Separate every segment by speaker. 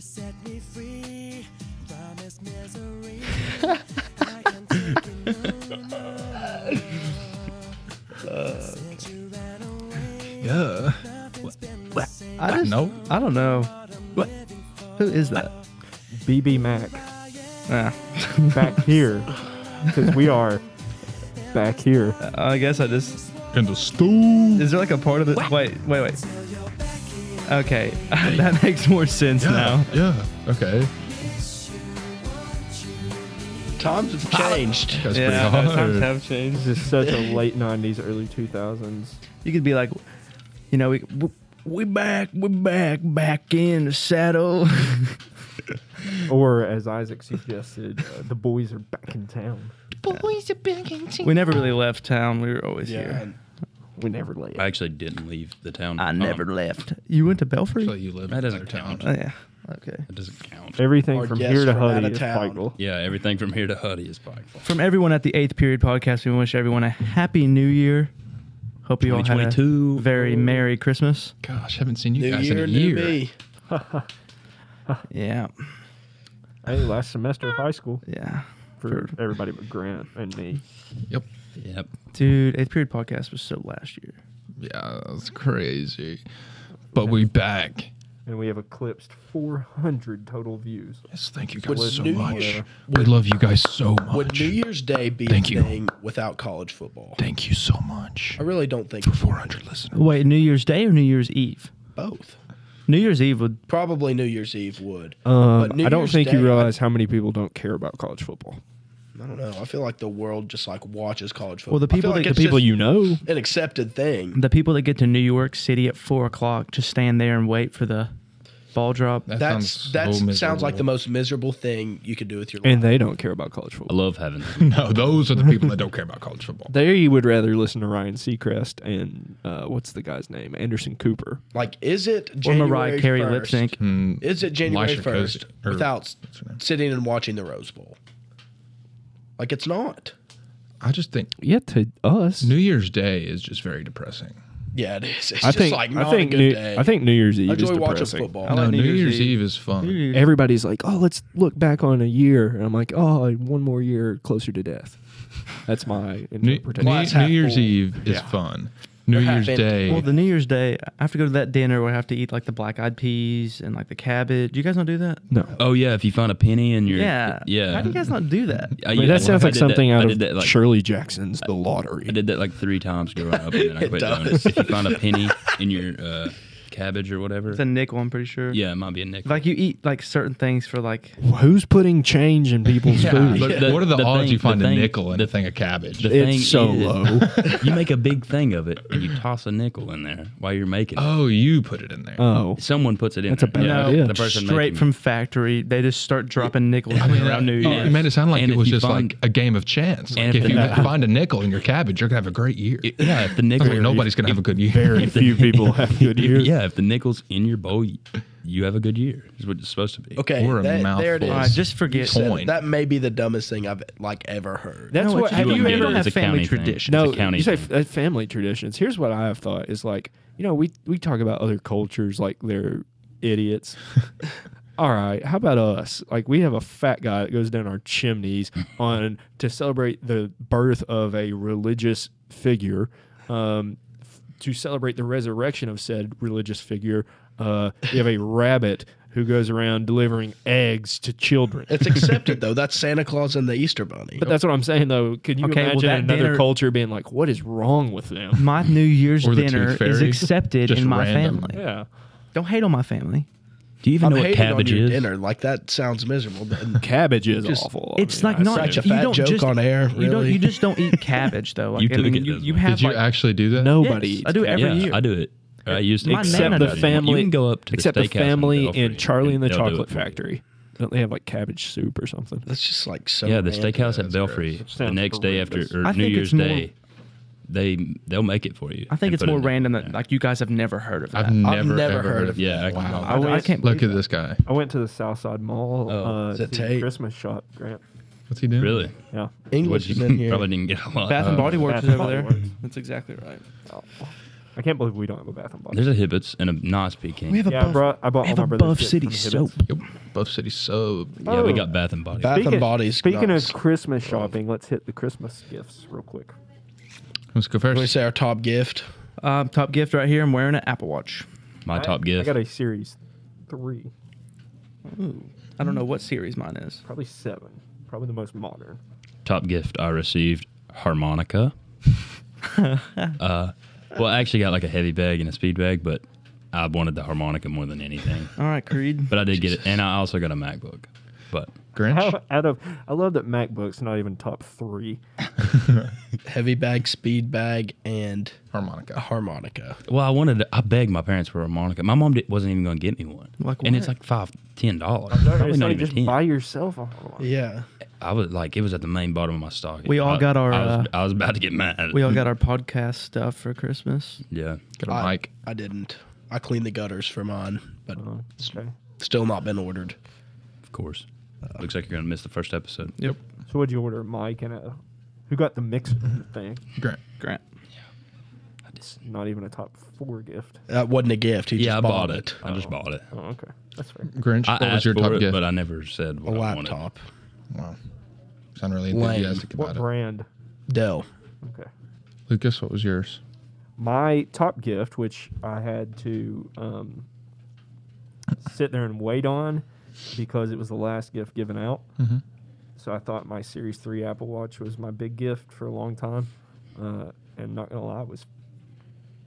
Speaker 1: set me free from this misery. I can take it no more. Since you ran away,
Speaker 2: Yeah.
Speaker 1: nothing's been the
Speaker 2: What?
Speaker 1: same.
Speaker 3: I just,
Speaker 2: No.
Speaker 3: I don't know.
Speaker 2: What?
Speaker 3: Who is that?
Speaker 4: BB Mac
Speaker 3: Ah,
Speaker 4: back here because we are back here.
Speaker 3: Uh, I guess I just.
Speaker 2: In the stool.
Speaker 3: Is there like a part of the? Wait, wait, wait. Okay, that makes more sense
Speaker 2: Yeah.
Speaker 3: now.
Speaker 2: Yeah. Okay.
Speaker 5: Times have changed.
Speaker 2: That's
Speaker 3: yeah,
Speaker 2: pretty
Speaker 3: no,
Speaker 2: hard.
Speaker 3: times have changed.
Speaker 4: This is such a late '90s, early 2000s.
Speaker 3: You could be like, you know, we we- we back, we back, back in the saddle.
Speaker 4: Or as Isaac suggested, uh, the boys are back in town.
Speaker 3: we never really left town. We were always
Speaker 5: Yeah.
Speaker 3: here.
Speaker 4: We never late.
Speaker 6: I actually didn't leave the town.
Speaker 3: I
Speaker 6: Um,
Speaker 3: never left. You went to Belfry?
Speaker 2: So you live
Speaker 6: That
Speaker 2: in
Speaker 6: doesn't
Speaker 2: other
Speaker 6: count.
Speaker 2: towns.
Speaker 3: oh, yeah. Okay.
Speaker 6: That doesn't count.
Speaker 4: Everything
Speaker 5: Our
Speaker 4: from
Speaker 5: guests
Speaker 4: here to
Speaker 5: from out
Speaker 4: Huddy
Speaker 5: of
Speaker 4: is
Speaker 5: town.
Speaker 4: Feigl.
Speaker 6: Yeah, everything from here to Huddy is Pikeville.
Speaker 3: From everyone at the Eighth Period Podcast, we wish everyone a happy New Year. Hope you all had a
Speaker 6: 2022.
Speaker 3: very merry Christmas.
Speaker 2: Gosh, haven't seen you
Speaker 5: New
Speaker 2: guys
Speaker 5: year,
Speaker 2: in a
Speaker 5: new
Speaker 2: year.
Speaker 5: me.
Speaker 3: Yeah,
Speaker 4: Hey, last semester of high school
Speaker 3: yeah.
Speaker 4: for everybody but Grant and me.
Speaker 2: Yep.
Speaker 6: Yep.
Speaker 3: Dude, Eighth Period Podcast was so last year.
Speaker 2: Yeah, that's crazy. But we back.
Speaker 4: and we have eclipsed 400 total views.
Speaker 2: Yes, thank you guys
Speaker 5: With
Speaker 2: so
Speaker 5: New
Speaker 2: much.
Speaker 5: Year.
Speaker 2: we love you guys so
Speaker 5: Would
Speaker 2: much.
Speaker 5: New Year's Day be
Speaker 2: Thank
Speaker 5: a
Speaker 2: you.
Speaker 5: thing without college football?
Speaker 2: Thank you so much
Speaker 5: I really don't think
Speaker 2: for 400 listeners.
Speaker 3: Wait, New Year's Day or New Year's Eve?
Speaker 5: both.
Speaker 3: New Year's Eve would.
Speaker 5: Probably New Year's Eve would.
Speaker 4: Um,
Speaker 5: But New
Speaker 4: I don't
Speaker 5: Year's
Speaker 4: think
Speaker 5: Day,
Speaker 4: you realize how many people don't care about college football.
Speaker 5: I don't know. I feel like the world just like watches college football.
Speaker 3: Well, the
Speaker 5: I feel
Speaker 3: people
Speaker 5: like
Speaker 3: that-
Speaker 5: it's
Speaker 3: the
Speaker 4: People
Speaker 5: just
Speaker 4: you know.
Speaker 5: an accepted thing.
Speaker 3: The people that get to New York City at four o'clock just stand there and wait for the ball drop.
Speaker 2: That
Speaker 5: That's that
Speaker 2: so
Speaker 5: sounds like the
Speaker 2: miserable.
Speaker 5: most miserable thing you could do with your life.
Speaker 4: And they don't care about college
Speaker 6: I
Speaker 4: football.
Speaker 6: love having
Speaker 2: No, those are the people that don't care about college football.
Speaker 4: They would rather listen to Ryan Seacrest and uh, what's the guy's name? Anderson Cooper.
Speaker 5: Like, is it
Speaker 3: Or
Speaker 5: January
Speaker 3: Mariah Carey lip
Speaker 5: 1st?
Speaker 3: sync.
Speaker 6: Hmm.
Speaker 5: Is it January
Speaker 2: Elisha
Speaker 5: first
Speaker 2: Cozy- or-
Speaker 5: without s-
Speaker 2: what's her name?
Speaker 5: sitting and watching the Rose Bowl? Like, it's not.
Speaker 2: I just think
Speaker 4: Yeah, to us.
Speaker 2: New Year's Day is just very depressing.
Speaker 5: Yeah, it is. It's
Speaker 4: I
Speaker 5: just
Speaker 4: think
Speaker 5: like not
Speaker 4: I think
Speaker 5: a good
Speaker 4: New,
Speaker 5: day.
Speaker 4: I think New Year's Eve
Speaker 5: I
Speaker 4: is
Speaker 5: enjoy watching
Speaker 4: depressing.
Speaker 5: football.
Speaker 3: I like
Speaker 2: no,
Speaker 3: New
Speaker 2: New,
Speaker 3: Year's
Speaker 2: Year's
Speaker 3: Eve.
Speaker 2: Eve. is fun.
Speaker 4: Everybody's like, "Oh, let's look back on a year," and I'm like, "Oh, one more year closer to death." That's my
Speaker 2: New,
Speaker 4: interpretation.
Speaker 2: New,
Speaker 5: Glass half
Speaker 2: New Year's
Speaker 5: full.
Speaker 2: Eve is fun. New
Speaker 5: half
Speaker 2: Year's
Speaker 5: empty.
Speaker 2: Day.
Speaker 3: Well, the New Year's Day, I have to go to that dinner where I have to eat like the black eyed peas and like the cabbage. You guys not do that?
Speaker 4: No,
Speaker 6: Oh yeah, if you find a penny in your
Speaker 3: Yeah.
Speaker 6: yeah.
Speaker 3: How do you guys not do that?
Speaker 6: I,
Speaker 4: I mean,
Speaker 6: yeah,
Speaker 4: that sounds
Speaker 6: I
Speaker 4: like
Speaker 6: did
Speaker 4: something
Speaker 6: that,
Speaker 4: out
Speaker 6: I
Speaker 4: of
Speaker 6: did that, like,
Speaker 4: Shirley Jackson's "The Lottery."
Speaker 6: I did that like three times growing up, and then I
Speaker 5: It
Speaker 6: quit doing
Speaker 5: does.
Speaker 6: it. If you find a penny in your uh, cabbage or whatever,
Speaker 3: It's a nickel, I'm pretty sure.
Speaker 6: yeah, it might be a nickel.
Speaker 3: Like you eat like certain things for like.
Speaker 4: Who's putting change in people's food?
Speaker 6: But the-
Speaker 2: what are the,
Speaker 6: the
Speaker 2: odds
Speaker 6: thing-
Speaker 2: you find
Speaker 6: the
Speaker 2: a
Speaker 6: thing-
Speaker 2: nickel and
Speaker 6: the-
Speaker 2: a thing of cabbage?
Speaker 6: The
Speaker 4: It's
Speaker 6: thing
Speaker 4: so
Speaker 6: is-
Speaker 4: low.
Speaker 6: you make a big thing of it, and you toss a nickel in there while you're making. it.
Speaker 2: oh, you put it in there.
Speaker 4: oh,
Speaker 6: Someone puts it in.
Speaker 4: That's a
Speaker 6: there.
Speaker 4: bad
Speaker 6: Yeah,
Speaker 4: idea.
Speaker 6: The person
Speaker 3: straight
Speaker 6: making
Speaker 3: from factory, they just start dropping nickels around New
Speaker 2: Oh,
Speaker 3: Year's.
Speaker 2: It made it sound like
Speaker 6: And
Speaker 2: it
Speaker 6: if
Speaker 2: was
Speaker 6: you
Speaker 2: just
Speaker 6: find-
Speaker 2: like a game of chance. Like
Speaker 6: And if
Speaker 2: if
Speaker 6: the-
Speaker 2: you find a nickel in your cabbage, you're gonna have a great year.
Speaker 6: it. Yeah, if the
Speaker 2: I
Speaker 6: nickel.
Speaker 2: mean, nobody's gonna have a good year.
Speaker 4: very few people have good years.
Speaker 6: Yeah, if the nickel's in your bowl, you, you have a good year. Is what it's supposed to be.
Speaker 5: okay,
Speaker 2: Or a
Speaker 5: that, there it
Speaker 2: mouthful.
Speaker 5: is.
Speaker 3: All right, just forget.
Speaker 2: Corn.
Speaker 5: That- that may be the dumbest thing I've like ever heard.
Speaker 4: That's
Speaker 3: No,
Speaker 4: what.
Speaker 3: it's-
Speaker 4: Have
Speaker 6: you
Speaker 4: you
Speaker 6: would
Speaker 4: ever
Speaker 6: never
Speaker 4: had
Speaker 6: It's a
Speaker 3: family
Speaker 6: county thing.
Speaker 3: tradition?
Speaker 4: No,
Speaker 6: a county
Speaker 4: you say
Speaker 6: thing.
Speaker 4: f- uh, family traditions. Here's what I have thought is like, you know, we we talk about other cultures like they're idiots. All right, how about us? Like we have a fat guy that goes down our chimneys on to celebrate the birth of a religious figure, um, f- to celebrate the resurrection of said religious figure. Uh, we have a rabbit who goes around delivering eggs to children.
Speaker 5: It's accepted though. That's Santa Claus and the Easter Bunny.
Speaker 4: But that's what I'm saying though. Could you
Speaker 3: Okay, well,
Speaker 4: imagine
Speaker 3: that
Speaker 4: another
Speaker 3: dinner-
Speaker 4: culture being like, "What is wrong with them?"
Speaker 3: My New Year's
Speaker 2: Or the
Speaker 3: dinner
Speaker 2: Tooth
Speaker 3: is
Speaker 2: Fairy.
Speaker 3: accepted
Speaker 2: Just
Speaker 3: in my
Speaker 2: random.
Speaker 3: family.
Speaker 4: Yeah.
Speaker 3: Don't hate on my family.
Speaker 6: Do you even
Speaker 5: I'm
Speaker 6: know what
Speaker 5: hating on
Speaker 6: cabbage
Speaker 5: your
Speaker 6: is?
Speaker 5: dinner. Like that sounds miserable. But
Speaker 4: Cabbage is
Speaker 5: Just-
Speaker 4: awful.
Speaker 3: It's
Speaker 4: I
Speaker 3: like
Speaker 4: mean,
Speaker 3: not
Speaker 4: I
Speaker 5: such a
Speaker 4: said-
Speaker 3: you
Speaker 5: fat
Speaker 3: don't
Speaker 5: joke
Speaker 3: just,
Speaker 5: on air,
Speaker 3: You don't.
Speaker 5: really.
Speaker 3: You just don't eat cabbage though. Like,
Speaker 6: You
Speaker 3: I
Speaker 6: took
Speaker 3: mean,
Speaker 6: it,
Speaker 3: you,
Speaker 6: doesn't
Speaker 3: you
Speaker 6: it?
Speaker 3: have
Speaker 2: Did you
Speaker 3: like,
Speaker 2: actually do that?
Speaker 4: nobody
Speaker 3: Yes,
Speaker 4: eats
Speaker 3: I do every
Speaker 6: yeah,
Speaker 4: cabbage.
Speaker 3: year.
Speaker 6: I do it. I used to.
Speaker 3: My
Speaker 6: Except
Speaker 3: nana
Speaker 4: Except the
Speaker 3: does it.
Speaker 4: family,
Speaker 6: You can go up to the
Speaker 4: except the
Speaker 6: steakhouse in
Speaker 4: family
Speaker 6: Belfry
Speaker 4: in Charlie and the
Speaker 6: they'll do it
Speaker 4: Chocolate
Speaker 6: for you.
Speaker 4: Factory. Don't they have like cabbage soup or something?
Speaker 5: that's just like so.
Speaker 6: Yeah, the
Speaker 5: random.
Speaker 6: steakhouse at Belfry. The
Speaker 4: Sounds
Speaker 6: next day after
Speaker 4: horrendous.
Speaker 6: or
Speaker 3: I
Speaker 6: New
Speaker 3: think
Speaker 6: Year's
Speaker 3: it's more-
Speaker 6: Day, they they'll make it for you.
Speaker 3: I think
Speaker 6: and
Speaker 3: it's
Speaker 6: put it
Speaker 3: more
Speaker 6: in there.
Speaker 3: random that like you guys have never heard of that.
Speaker 2: I've never,
Speaker 5: never
Speaker 2: ever
Speaker 5: heard
Speaker 2: heard
Speaker 5: of
Speaker 2: of.
Speaker 6: Yeah, I
Speaker 2: that.
Speaker 6: can-
Speaker 2: wow.
Speaker 3: I, I can't
Speaker 2: Look
Speaker 3: believe
Speaker 2: at this guy.
Speaker 4: I went to the Southside Mall
Speaker 6: Oh,
Speaker 7: uh,
Speaker 5: is it to Tate?
Speaker 4: Christmas shop, Grant.
Speaker 2: What's he doing?
Speaker 6: Really?
Speaker 4: Yeah.
Speaker 5: English
Speaker 6: Which
Speaker 5: is in
Speaker 6: you
Speaker 5: here.
Speaker 6: probably didn't get a lot.
Speaker 3: Bath and Body Works
Speaker 4: Bath
Speaker 3: is
Speaker 4: and
Speaker 3: over
Speaker 4: Body
Speaker 3: there.
Speaker 4: Works.
Speaker 3: That's exactly right.
Speaker 7: I can't believe we don't have a Bath and Body.
Speaker 6: There's a Hibbets and a Nas Peking.
Speaker 5: We have a
Speaker 7: yeah, I
Speaker 5: buff,
Speaker 7: brought I bought
Speaker 5: we have
Speaker 7: all
Speaker 5: a
Speaker 7: my
Speaker 5: Buff
Speaker 7: brother's shit
Speaker 5: City
Speaker 7: from Hibbets.
Speaker 5: soap.
Speaker 2: Yep. Buff City sub.
Speaker 6: Yeah, we
Speaker 7: Oh.
Speaker 6: got Bath and Body.
Speaker 5: Bath and Body's
Speaker 7: Speaking
Speaker 5: nice.
Speaker 7: of Christmas shopping, let's hit the Christmas gifts real quick.
Speaker 2: Let's go
Speaker 5: Let me
Speaker 2: first.
Speaker 5: say our top gift.
Speaker 3: Um, top gift right here. I'm wearing an Apple Watch.
Speaker 6: My top
Speaker 7: I, I
Speaker 6: gift.
Speaker 7: got a series three,
Speaker 3: I don't know what series mine is.
Speaker 7: probably seven, probably the most modern.
Speaker 6: top gift I received harmonica. uh, well, I actually got like a heavy bag and a speed bag, but I wanted the harmonica more than anything.
Speaker 3: All right, Creed.
Speaker 6: But I did get it, and I also got a MacBook. But
Speaker 2: Grinch.
Speaker 7: How, out of I love that MacBook's not even top three.
Speaker 5: Heavy bag, speed bag, and a
Speaker 2: Harmonica.
Speaker 5: harmonica.
Speaker 6: well, I wanted. To, I begged my parents for a harmonica. My mom did, wasn't even going to get me one,
Speaker 3: Like
Speaker 6: and it's
Speaker 3: what?
Speaker 6: like five, ten dollars.
Speaker 7: Sorry,
Speaker 6: Probably
Speaker 7: it's
Speaker 6: not
Speaker 7: like
Speaker 6: even
Speaker 7: just
Speaker 6: ten.
Speaker 7: buy yourself a whole lot.
Speaker 5: Yeah.
Speaker 6: I was like, it was at the main bottom of my stocking.
Speaker 3: We all
Speaker 6: I-
Speaker 3: got our,
Speaker 6: I was,
Speaker 3: uh,
Speaker 6: I was about to get mad.
Speaker 3: We all got our podcast stuff for Christmas.
Speaker 6: yeah.
Speaker 2: Got a
Speaker 5: I,
Speaker 2: mic.
Speaker 5: I didn't. I cleaned the gutters for mine, but
Speaker 6: Uh-huh.
Speaker 7: Okay.
Speaker 5: still not been ordered.
Speaker 6: Of course. Looks like you're gonna miss the first episode.
Speaker 2: Yep.
Speaker 7: So what'd you order, a mic and a? Who got the mixer
Speaker 2: Mm-hmm.
Speaker 7: thing?
Speaker 2: Grant.
Speaker 3: Grant.
Speaker 7: Not even a top four gift.
Speaker 5: That wasn't a gift. He
Speaker 6: Yeah,
Speaker 5: just
Speaker 6: I
Speaker 5: bought,
Speaker 6: bought it. I just bought it.
Speaker 7: Oh, okay, that's fair.
Speaker 2: Grinch.
Speaker 6: I
Speaker 2: what was
Speaker 6: asked
Speaker 2: your
Speaker 6: for
Speaker 2: top
Speaker 6: it,
Speaker 2: gift?
Speaker 6: but I never said
Speaker 5: A
Speaker 6: what I wanted.
Speaker 5: laptop.
Speaker 2: wow. Sound really
Speaker 5: Lame.
Speaker 2: enthusiastic
Speaker 7: What
Speaker 2: about it.
Speaker 7: brand?
Speaker 5: Dell.
Speaker 7: Okay.
Speaker 2: Lucas, what was yours?
Speaker 7: my top gift, which I had to um, sit there and wait on because it was the last gift given out. So I thought my Series 3 Apple Watch was my big gift for a long time. Uh, and not going to lie, I was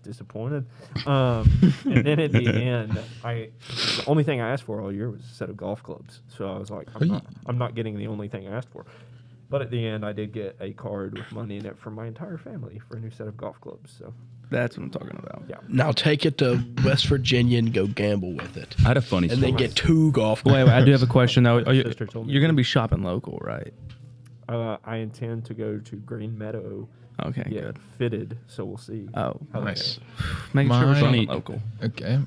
Speaker 7: disappointed. Um, and then at the end, I the only thing I asked for all year was a set of golf clubs. So I was like, I'm, not, I'm not getting the only thing I asked for. But at the end, I did get a card with money in it from my entire family for a new set of golf clubs. So
Speaker 3: That's what I'm talking about.
Speaker 7: Yeah.
Speaker 5: Now take it to West Virginia and go gamble with it.
Speaker 6: I had a funny
Speaker 5: And then
Speaker 6: story.
Speaker 5: get two golf
Speaker 3: Wait, wait, I do have a question though. Are you,
Speaker 7: Sister told me
Speaker 3: you're
Speaker 7: to.
Speaker 3: gonna be shopping local, right?
Speaker 7: Uh, I intend to go to Green Meadow
Speaker 3: Okay,
Speaker 7: get
Speaker 3: good.
Speaker 7: fitted, so we'll see.
Speaker 3: Oh,
Speaker 7: how that
Speaker 2: Nice.
Speaker 7: goes.
Speaker 3: making sure we're
Speaker 2: Mine-
Speaker 3: shopping local.
Speaker 2: Okay.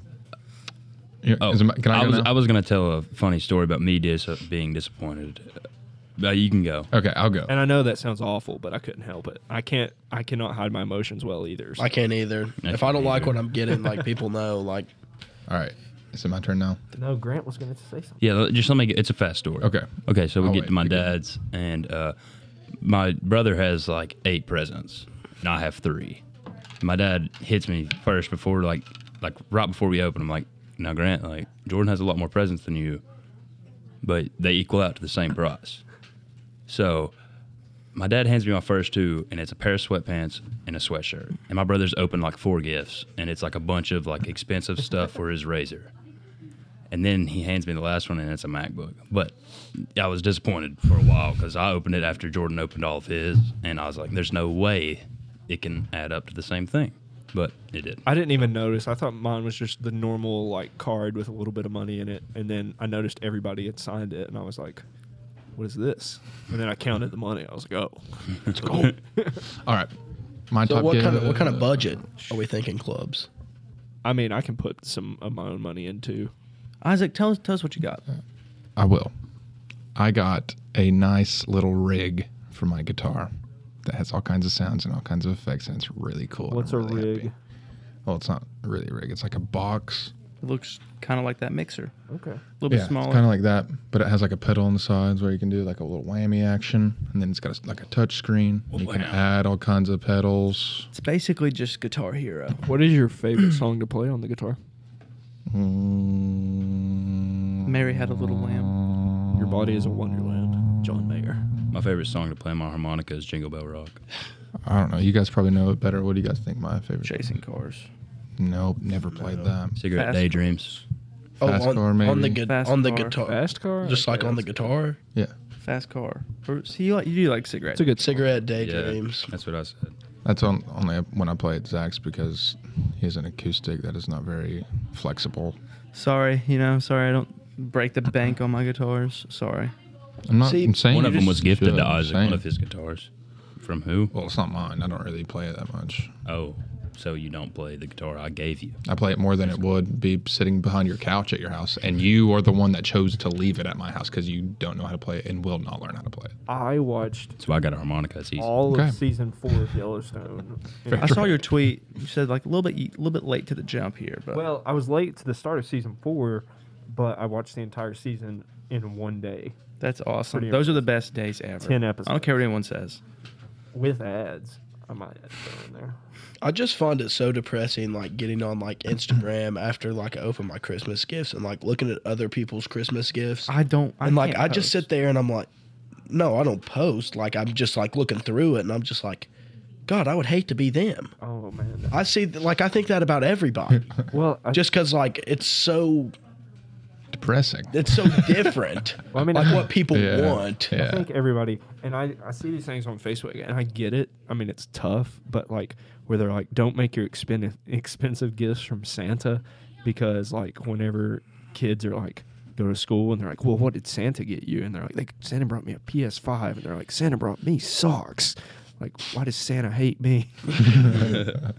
Speaker 2: Yeah,
Speaker 6: Oh,
Speaker 2: is it my- can I, go
Speaker 6: was
Speaker 2: now?
Speaker 6: I was gonna tell a funny story about me dis- uh, being disappointed. Uh, you can go.
Speaker 2: okay, I'll go.
Speaker 7: And I know that sounds awful, but I couldn't help it. I can't. I cannot hide my emotions well either. so-
Speaker 5: I can't either.
Speaker 6: I
Speaker 5: if I don't
Speaker 6: can't
Speaker 5: like
Speaker 6: either.
Speaker 5: what I'm getting, like people know, like
Speaker 2: All right. Is it my turn now?
Speaker 7: no, Grant was going to say something.
Speaker 6: Yeah, let- just let me. Get, it's a fast story.
Speaker 2: Okay.
Speaker 6: Okay. So we
Speaker 2: I'll
Speaker 6: get
Speaker 2: wait.
Speaker 6: to my
Speaker 2: Okay.
Speaker 6: dad's, and uh, my brother has like eight presents, and I have three. My dad hits me first before like, like right before we open. I'm like, now Grant, like Jordan has a lot more presents than you, but they equal out to the same price. So. My dad hands me my first two, and it's a pair of sweatpants and a sweatshirt. And my brother's opened like four gifts, and it's like a bunch of like expensive stuff for his razor and then he hands me the last one and it's a macbook but i was disappointed for a while because i opened it after jordan opened all of his and i was like there's no way it can add up to the same thing but it did
Speaker 7: I didn't even notice. I thought mine was just the normal like card with a little bit of money in it, and then I noticed everybody had signed it, and I was like, "What is this?" And then I counted the money. I was like, "Oh,
Speaker 5: let's go.
Speaker 2: All right. My
Speaker 5: So
Speaker 2: top
Speaker 5: what
Speaker 2: gift.
Speaker 5: kind of what kind of budget are we thinking clubs?
Speaker 7: I mean, I can put some of my own money into."
Speaker 3: Isaac, tell us tell us what you got.
Speaker 2: I will. I got a nice little rig for my guitar that has all kinds of sounds and all kinds of effects, and it's really cool. and
Speaker 7: What's
Speaker 2: I'm
Speaker 7: a
Speaker 2: really
Speaker 7: rig?
Speaker 2: happy. Well, it's not really a rig. It's like a box.
Speaker 3: It looks kind of like that mixer,
Speaker 7: Okay.
Speaker 3: a little
Speaker 2: yeah,
Speaker 3: bit smaller.
Speaker 2: it's kind of like that, but it has like a pedal on the sides where you can do like a little whammy action, and then it's got a, like a touch screen.
Speaker 6: Oh,
Speaker 2: and you can add all kinds of pedals.
Speaker 3: it's basically just Guitar Hero.
Speaker 7: What is your favorite song to play on the guitar?
Speaker 2: Mm,
Speaker 3: Mary had a little lamb.
Speaker 7: Your body is a wonderland, John Mayer.
Speaker 6: my favorite song to play on my harmonica is jingle bell rock
Speaker 2: I don't know. You guys probably know it better. What do you guys think my favorite?
Speaker 3: Chasing cars.
Speaker 2: Nope, never played that.
Speaker 6: cigarette
Speaker 3: Fast-
Speaker 6: daydreams
Speaker 5: Oh,
Speaker 2: Fast
Speaker 5: on,
Speaker 2: car,
Speaker 5: on the
Speaker 2: maybe.
Speaker 5: gu-
Speaker 3: Fast
Speaker 5: on the
Speaker 3: car.
Speaker 5: guitar,
Speaker 7: Fast car,
Speaker 5: just like
Speaker 7: Okay,
Speaker 5: on the
Speaker 7: that's good.
Speaker 5: guitar.
Speaker 2: Yeah,
Speaker 3: Fast car. Or see you like you do like cigarettes.
Speaker 7: It's a good cigarette.
Speaker 5: Cigarette
Speaker 6: yeah
Speaker 5: daydreams.
Speaker 6: that's what i said
Speaker 2: that's on, only when I play at Zach's because he has an acoustic that is not very flexible.
Speaker 3: Sorry, you know, sorry I don't break the bank on my guitars. Sorry.
Speaker 2: I'm not
Speaker 5: See,
Speaker 2: I'm saying
Speaker 6: one
Speaker 2: you
Speaker 6: of them
Speaker 2: just
Speaker 6: was gifted
Speaker 2: should,
Speaker 6: to
Speaker 2: I'm
Speaker 6: isaac
Speaker 2: saying.
Speaker 6: one of his guitars from who
Speaker 2: Well, it's not mine. I don't really play it that much.
Speaker 6: oh so you don't play the guitar I gave you.
Speaker 2: I play it more than it would be sitting behind your couch at your house, and you are the one that chose to leave it at my house because you don't know how to play it and will not learn how to play it.
Speaker 7: I watched
Speaker 6: So I got a harmonica. It's easy.
Speaker 7: all
Speaker 2: Okay.
Speaker 7: of season four of Yellowstone.
Speaker 2: Fair.
Speaker 7: And-
Speaker 3: I saw your tweet. You said like a little bit, a little bit late to the jump here, but
Speaker 7: well, I was late to the start of season four, but I watched the entire season in one day
Speaker 3: that's awesome.
Speaker 7: pretty
Speaker 3: Those are the best days ever.
Speaker 7: 10
Speaker 3: I don't
Speaker 7: episodes.
Speaker 3: care what anyone says.
Speaker 7: with ads. I might add that in there.
Speaker 5: I just find it so depressing, like getting on like Instagram after like I open my Christmas gifts and like looking at other people's Christmas gifts.
Speaker 3: I don't. I
Speaker 5: and like
Speaker 3: can't
Speaker 5: I just
Speaker 3: post.
Speaker 5: sit there and I'm like, no, I don't post. Like I'm just like looking through it and I'm just like, God, I would hate to be them.
Speaker 7: Oh man.
Speaker 5: I see, th- like I think that about everybody,
Speaker 7: Well, I,
Speaker 5: just because like it's so
Speaker 2: Depressing.
Speaker 5: it's so different.
Speaker 7: I mean,
Speaker 5: like what people
Speaker 2: Yeah.
Speaker 5: want.
Speaker 7: I
Speaker 2: Yeah.
Speaker 7: think everybody, and I, I see these
Speaker 4: these things on Facebook, and I get it. I mean, it's tough, but like where they're like, don't make your expen- expensive gifts from Santa, because like whenever kids are like go to school and they're like, well, what did Santa get you? And they're like, like Santa brought me a PS5, and they're like, Santa brought me socks. Like, why does Santa hate me?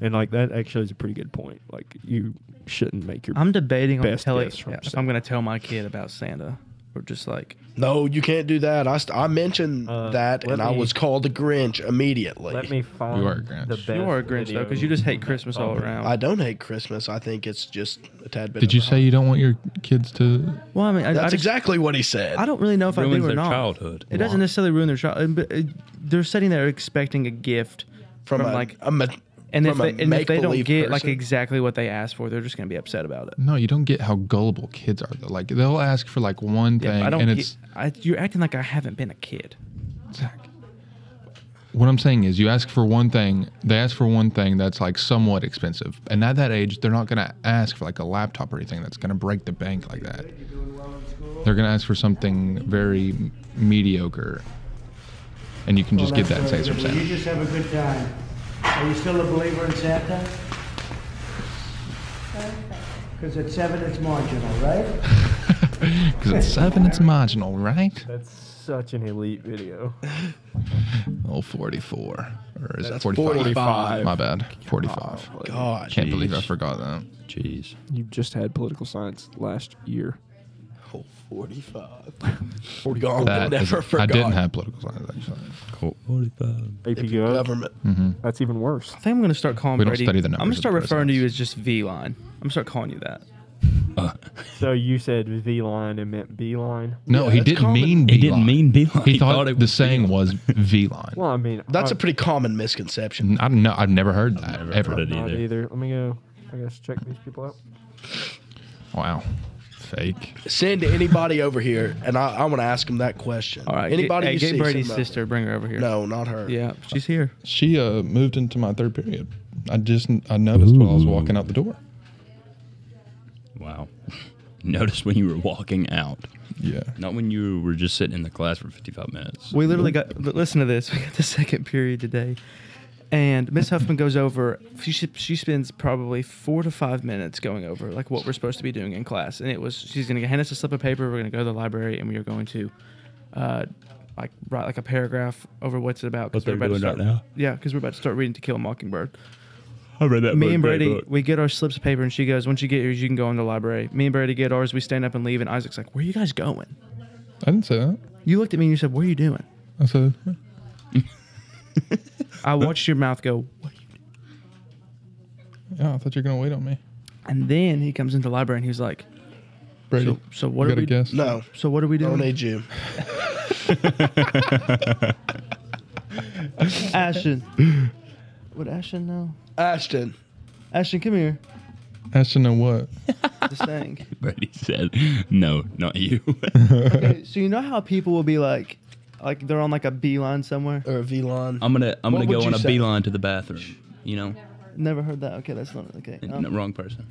Speaker 4: and like that actually is a pretty good point. Like, you shouldn't make your.
Speaker 3: I'm debating on
Speaker 4: Best
Speaker 3: telling
Speaker 4: gifts from
Speaker 3: yeah, if
Speaker 4: Santa.
Speaker 3: I'm going to tell my kid about Santa or just like
Speaker 5: No, you can't do that. I, st- I mentioned
Speaker 7: Uh,
Speaker 5: that
Speaker 7: let
Speaker 5: and I
Speaker 7: me-
Speaker 5: was called a Grinch immediately.
Speaker 7: Let me find
Speaker 2: You are a Grinch.
Speaker 7: the best.
Speaker 3: you are a Grinch though because you just hate Christmas all around.
Speaker 5: I don't hate Christmas. I think it's just a tad bit.
Speaker 2: Did
Speaker 5: of
Speaker 2: you
Speaker 5: a-
Speaker 2: say you don't want your kids to?
Speaker 3: well, I mean, I,
Speaker 5: That's
Speaker 3: I just-
Speaker 5: exactly what he said.
Speaker 3: I don't really know if I
Speaker 6: Ruins
Speaker 3: do or
Speaker 6: their
Speaker 3: not.
Speaker 6: childhood.
Speaker 3: It doesn't necessarily ruin their child. But it, they're sitting there expecting a gift from,
Speaker 5: from, a,
Speaker 3: like,
Speaker 5: like a, ma-
Speaker 3: and if
Speaker 5: from a
Speaker 3: they, and if they don't
Speaker 5: make-believe
Speaker 3: get like
Speaker 5: person.
Speaker 3: exactly what they asked for, they're just going to be upset about it.
Speaker 2: No, you don't get how gullible kids are. Though. Like they'll ask for like one
Speaker 3: Yeah,
Speaker 2: thing,
Speaker 3: I don't.
Speaker 2: and
Speaker 3: get-
Speaker 2: it's
Speaker 3: I, you're acting like I haven't been a kid.
Speaker 2: Zach. What I'm saying is, you ask for one thing, they ask for one thing that's like somewhat expensive. And at that age, they're not going to ask for like a laptop or anything that's going to break the bank like that. They're going to ask for something very mediocre. And you can just get that and say it's from
Speaker 8: Will
Speaker 2: Santa.
Speaker 8: You just have a good time. Are you still a believer in Santa? Because at seven, it's marginal, right?
Speaker 2: Because at seven, it's marginal, right?
Speaker 7: That's such an elite video.
Speaker 2: Oh, 44. Or is that
Speaker 5: That's
Speaker 2: 45?
Speaker 5: 45.
Speaker 2: My bad. 45.
Speaker 5: God.
Speaker 2: Can't believe I forgot that.
Speaker 6: Jeez.
Speaker 4: You just had political science last year.
Speaker 5: 45. God,
Speaker 2: That is-
Speaker 5: never
Speaker 2: I
Speaker 5: forgot.
Speaker 2: didn't have political science, actually.
Speaker 6: Colt 45.
Speaker 7: AP Gov.
Speaker 5: government.
Speaker 7: That's even worse.
Speaker 3: I think I'm going to start calling
Speaker 2: We don't
Speaker 3: Brady.
Speaker 2: study the
Speaker 3: I'm
Speaker 2: numbers
Speaker 3: going
Speaker 2: of
Speaker 3: to start referring to
Speaker 2: presidents.
Speaker 3: you as just V line. I'm going to start calling you that.
Speaker 7: So you said V line and meant B line.
Speaker 2: No,
Speaker 5: Yeah,
Speaker 2: he
Speaker 5: that's
Speaker 2: didn't
Speaker 5: common.
Speaker 2: mean
Speaker 6: He
Speaker 2: B-line.
Speaker 6: didn't mean B-line.
Speaker 2: He, thought, the
Speaker 6: was
Speaker 2: saying was V line.
Speaker 7: Well, I mean,
Speaker 5: That's
Speaker 7: I,
Speaker 5: a pretty common misconception.
Speaker 2: I don't know. I've never heard that
Speaker 6: never
Speaker 2: ever.
Speaker 6: heard it
Speaker 7: not
Speaker 6: either.
Speaker 7: either. Let me go. I guess check these people out.
Speaker 2: Wow, fake.
Speaker 5: Send anybody over here, and I, I want to ask him that question.
Speaker 3: All right.
Speaker 5: Anybody
Speaker 3: get, hey,
Speaker 5: you
Speaker 3: get
Speaker 5: see,
Speaker 3: Brady's
Speaker 5: send them
Speaker 3: sister. Bring her over here.
Speaker 5: over. No, not her.
Speaker 3: Yeah, she's here.
Speaker 2: She uh moved into my third period. I just I noticed while I was walking out the door.
Speaker 6: Wow. Notice when you were walking out,
Speaker 2: Yeah.
Speaker 6: not when you were just sitting in the class for 55 minutes.
Speaker 3: We literally got. li- Listen to this. We got the second period today, and Miss Huffman goes over. She sh- she spends probably four to five minutes going over like what we're supposed to be doing in class, and it was she's going to hand us a slip of paper. We're going to go to the library, and we are going to, uh, like write like a paragraph over what's it about. 'cause
Speaker 6: What they're
Speaker 3: we're about to
Speaker 6: doing right
Speaker 3: start-
Speaker 6: now?
Speaker 3: Yeah, because we're about to start reading To Kill a Mockingbird.
Speaker 6: I read that
Speaker 3: Me and Brady, we get our slips of paper, and she goes, "Once you get yours, you can go in the library." Me and Brady get ours. We stand up and leave, and Isaac's like, "Where are you guys going?"
Speaker 2: I didn't say that.
Speaker 3: You looked at me and you said, "What are you doing?"
Speaker 2: I said
Speaker 3: I watched your mouth go. What?
Speaker 2: yeah. I thought you were gonna wait on me.
Speaker 3: And then he comes into the library and he's like,
Speaker 2: Brady,
Speaker 3: so, so
Speaker 2: you
Speaker 3: what are
Speaker 2: got
Speaker 3: we
Speaker 2: a guess?
Speaker 5: No,
Speaker 3: So what are we
Speaker 5: don't
Speaker 3: doing?
Speaker 5: need you.
Speaker 3: Ashton. Would Ashton know?
Speaker 5: Ashton.
Speaker 3: Ashton, come here.
Speaker 2: Ashton, know what?
Speaker 3: This thing.
Speaker 6: Brady said, "No, not you."
Speaker 3: Okay, so you know how people will be like, like they're on like a beeline somewhere.
Speaker 5: Or Velon.
Speaker 3: Um,
Speaker 6: I'm gonna I'm
Speaker 5: What
Speaker 6: gonna
Speaker 5: would
Speaker 6: go on
Speaker 5: you
Speaker 6: a
Speaker 5: say?
Speaker 6: beeline to the bathroom. You know,
Speaker 3: Never heard that. Okay, that's not okay.
Speaker 6: And
Speaker 3: Um,
Speaker 6: the wrong person.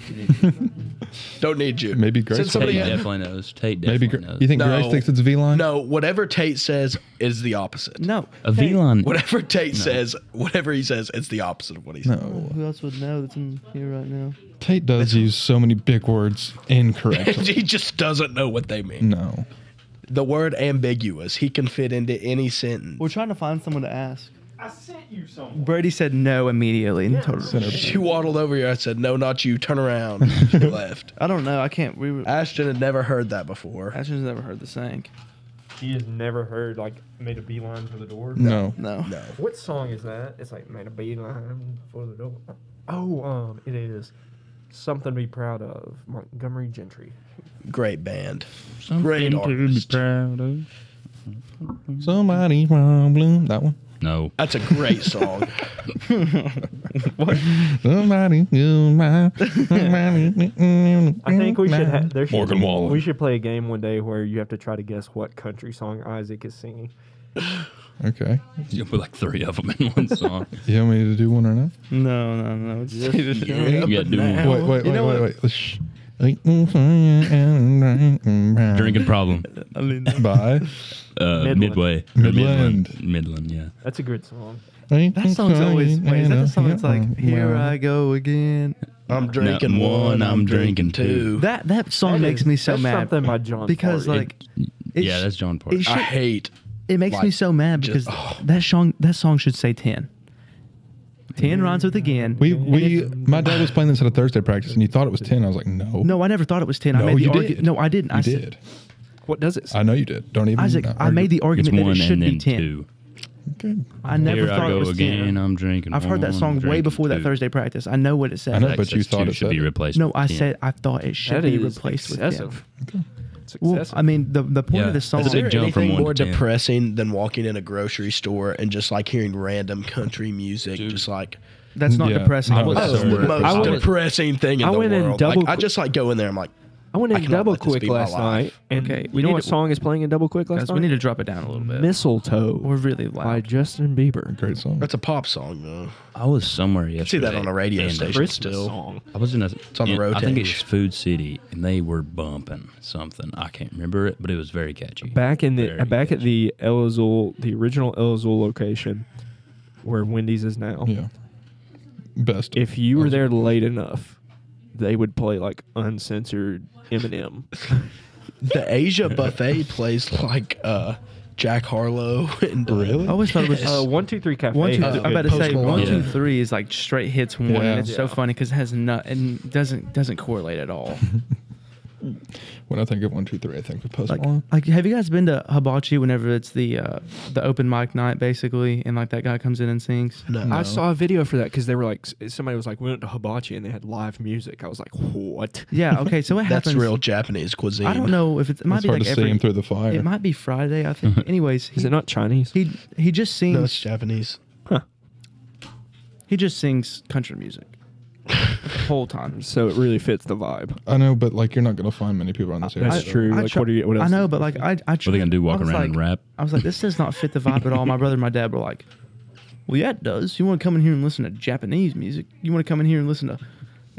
Speaker 5: Don't need you.
Speaker 2: Maybe Grace.
Speaker 5: Send somebody
Speaker 6: Tate
Speaker 5: else.
Speaker 6: definitely knows. Tate
Speaker 2: Maybe
Speaker 6: definitely
Speaker 2: Gra-
Speaker 6: knows.
Speaker 2: you think
Speaker 5: No.
Speaker 2: Grace thinks it's V line?
Speaker 5: No, whatever Tate says is the opposite.
Speaker 3: no.
Speaker 6: a
Speaker 3: Hey,
Speaker 6: V-line?
Speaker 5: Whatever Tate says, whatever he says, it's the opposite of what he says.
Speaker 2: No.
Speaker 3: Who else would know that's in here right now?
Speaker 2: Tate does use so many big words incorrectly.
Speaker 5: he just doesn't know what they mean.
Speaker 2: no.
Speaker 5: The word ambiguous, he can fit into any sentence.
Speaker 3: We're trying to find someone to ask.
Speaker 7: I sent you something.
Speaker 3: Brady said no immediately and told her.
Speaker 5: She waddled over here. I said, "No, not you. Turn around." She left.
Speaker 3: I don't know. I can't. We were,
Speaker 5: Ashton had never heard that before.
Speaker 3: Ashton's never heard the saying.
Speaker 7: He has never heard like made a beeline for the door.
Speaker 2: No.
Speaker 3: No.
Speaker 5: No.
Speaker 7: What song is that? It's like made a beeline for the door. Oh, um, it is something to be proud of. Montgomery Gentry.
Speaker 5: Great band.
Speaker 6: Something
Speaker 5: Great artist.
Speaker 6: proud of.
Speaker 2: Somebody from Bloom. That one.
Speaker 6: No.
Speaker 5: That's a great song.
Speaker 2: Somebody. somebody-
Speaker 7: I think we should. Ha- there should
Speaker 2: Morgan
Speaker 7: be-
Speaker 2: Wallen.
Speaker 7: We should play a game one day where you have to try to guess what country song Isaac is singing.
Speaker 2: Okay.
Speaker 6: You put like three of them in one song.
Speaker 2: You want me to do one or not?
Speaker 3: No, no, no. It's
Speaker 6: you got to do one.
Speaker 2: Wait, wait,
Speaker 3: You
Speaker 2: wait,
Speaker 3: know
Speaker 2: wait,
Speaker 3: what?
Speaker 2: wait. Let's sh- Drinking
Speaker 6: Drinking problem.
Speaker 2: by
Speaker 6: Uh,
Speaker 7: Midland.
Speaker 6: Midway.
Speaker 2: Midland.
Speaker 6: Midland. Midland, yeah.
Speaker 7: That's a good song.
Speaker 3: That song's always. Wait, is that the song that's like, here I go again?
Speaker 5: I'm drinking one. I'm drinking two.
Speaker 3: That that song
Speaker 7: That
Speaker 3: makes
Speaker 7: is-
Speaker 3: me so
Speaker 7: that's
Speaker 3: mad.
Speaker 7: Something by John.
Speaker 3: because,
Speaker 7: Farley.
Speaker 3: like, it
Speaker 6: Yeah,
Speaker 3: sh-
Speaker 6: that's John Park.
Speaker 3: it sh-
Speaker 5: I hate.
Speaker 3: It makes me
Speaker 5: Like,
Speaker 3: so mad because
Speaker 5: just- oh.
Speaker 3: that song that song should say ten. Ten rhymes with again.
Speaker 2: We we my dad was playing this at a Thursday practice and he thought it was ten. I was like, no,
Speaker 3: no, I never thought it was ten. I
Speaker 2: No,
Speaker 3: made the
Speaker 2: you
Speaker 3: argu-
Speaker 2: did.
Speaker 3: No, I didn't. I
Speaker 2: you
Speaker 3: said,
Speaker 2: did.
Speaker 4: What does it say?
Speaker 2: I know you did. Don't
Speaker 6: Mm,
Speaker 2: even.
Speaker 3: Isaac, I
Speaker 2: argue.
Speaker 3: made the
Speaker 6: it's
Speaker 3: argument that it
Speaker 6: one
Speaker 3: should
Speaker 6: and
Speaker 3: be
Speaker 6: then
Speaker 3: ten.
Speaker 6: two.
Speaker 3: I never
Speaker 6: Here I
Speaker 3: thought it
Speaker 6: go
Speaker 3: was
Speaker 6: again.
Speaker 3: ten.
Speaker 6: I'm drinking.
Speaker 3: I've heard that
Speaker 6: one,
Speaker 3: song way
Speaker 6: drinking
Speaker 3: before that
Speaker 6: two.
Speaker 3: Thursday practice. I know what it said.
Speaker 2: I know.
Speaker 6: That
Speaker 2: But you
Speaker 6: says
Speaker 2: thought
Speaker 6: two
Speaker 2: it
Speaker 6: should
Speaker 2: said
Speaker 6: be
Speaker 2: it.
Speaker 6: replaced.
Speaker 3: No,
Speaker 6: with
Speaker 3: I
Speaker 6: 10.
Speaker 3: said I thought it should
Speaker 4: That
Speaker 3: be
Speaker 4: is
Speaker 3: replaced with ten.
Speaker 4: excessive. It's
Speaker 3: Well,
Speaker 4: excessive.
Speaker 3: I mean, the the point
Speaker 6: Yeah,
Speaker 3: of the song.
Speaker 5: Is
Speaker 6: that's a big
Speaker 5: there
Speaker 6: jump from
Speaker 5: anything
Speaker 6: one
Speaker 5: more
Speaker 6: to ten.
Speaker 5: depressing than walking in a grocery store and just like hearing random country music? Just like
Speaker 3: That's not
Speaker 2: Yeah.
Speaker 3: depressing.
Speaker 2: I was
Speaker 5: oh,
Speaker 2: so
Speaker 5: the most
Speaker 4: I went-
Speaker 5: depressing thing in
Speaker 4: I
Speaker 5: the
Speaker 4: went in
Speaker 5: world.
Speaker 4: double
Speaker 5: like, I
Speaker 4: qu-
Speaker 5: just like go in there. I'm like,
Speaker 4: I went
Speaker 5: I
Speaker 4: in
Speaker 5: cannot
Speaker 4: double
Speaker 5: let this
Speaker 4: quick
Speaker 5: be my
Speaker 4: last
Speaker 5: life.
Speaker 4: night. And
Speaker 3: Okay, we
Speaker 4: you know
Speaker 3: need
Speaker 4: what
Speaker 3: to-
Speaker 4: song is playing in double quick last
Speaker 3: Guys,
Speaker 4: night?
Speaker 3: we need to drop it down a little bit.
Speaker 4: Mistletoe
Speaker 3: We're really
Speaker 4: by
Speaker 3: loud.
Speaker 4: Justin Bieber.
Speaker 2: great song.
Speaker 5: that's a pop song though.
Speaker 6: I was somewhere yesterday.
Speaker 5: see that on a radio
Speaker 6: and
Speaker 5: station.
Speaker 4: Christmas
Speaker 5: still.
Speaker 4: song.
Speaker 6: I was in a.
Speaker 5: on the
Speaker 6: in-
Speaker 5: road
Speaker 6: I think it was
Speaker 5: tapes.
Speaker 6: Food City, and they were bumping something. I can't remember it, but it was very catchy.
Speaker 4: Back in the
Speaker 6: Very
Speaker 4: back at the El Azul, the original El Azul location, where Wendy's is now.
Speaker 2: yeah. Best.
Speaker 4: If you were there late enough, they would play like uncensored Eminem.
Speaker 5: The Asia buffet plays like uh, Jack Harlow and uh,
Speaker 2: Really?
Speaker 3: I always thought it was
Speaker 7: uh, one two three cafe.
Speaker 3: One, two,
Speaker 7: is
Speaker 3: three,
Speaker 7: good.
Speaker 3: I'm about to say
Speaker 5: Post Malone.
Speaker 3: one, two,
Speaker 6: Yeah.
Speaker 3: three is like straight hits one,
Speaker 2: Yeah.
Speaker 3: and it's so funny because it has not and doesn't doesn't correlate at all.
Speaker 2: when I think of one, two, three, I think of Post
Speaker 3: Like,
Speaker 2: Malone.
Speaker 3: like have you guys been to Hibachi whenever it's the uh, the open mic night basically, and like that guy comes in and sings?
Speaker 5: Oh, No.
Speaker 4: I saw a video for that because they were like, s- somebody was like, we went to Hibachi and they had live music. I was like, what?
Speaker 3: Yeah. Okay. So it
Speaker 5: That's
Speaker 3: happens.
Speaker 5: real Japanese cuisine.
Speaker 3: I don't know if it's, it might
Speaker 2: It's
Speaker 3: be
Speaker 2: hard
Speaker 3: like
Speaker 2: to
Speaker 3: every.
Speaker 2: see him through the fire.
Speaker 3: It might be Friday. I think. Anyways, he,
Speaker 4: Is it not Chinese?
Speaker 3: he he just sings
Speaker 5: No, it's Japanese.
Speaker 3: he just sings country music the whole time.
Speaker 4: So it really fits the vibe.
Speaker 2: I know, but like you're not gonna find many people on this
Speaker 3: Uh,
Speaker 2: area.
Speaker 4: That's true.
Speaker 3: I
Speaker 4: like,
Speaker 3: try-
Speaker 4: what are you? What
Speaker 3: I
Speaker 4: else
Speaker 3: know,
Speaker 4: is-
Speaker 3: but like I I tr-
Speaker 6: What are they gonna do?
Speaker 3: I
Speaker 6: Walk
Speaker 3: was
Speaker 6: around and
Speaker 3: like-
Speaker 6: rap?
Speaker 3: I was like, this does not fit the vibe at all. My brother and my dad were like, well, yeah, it does. You want to come in here and listen to Japanese music? You want to come in here and listen to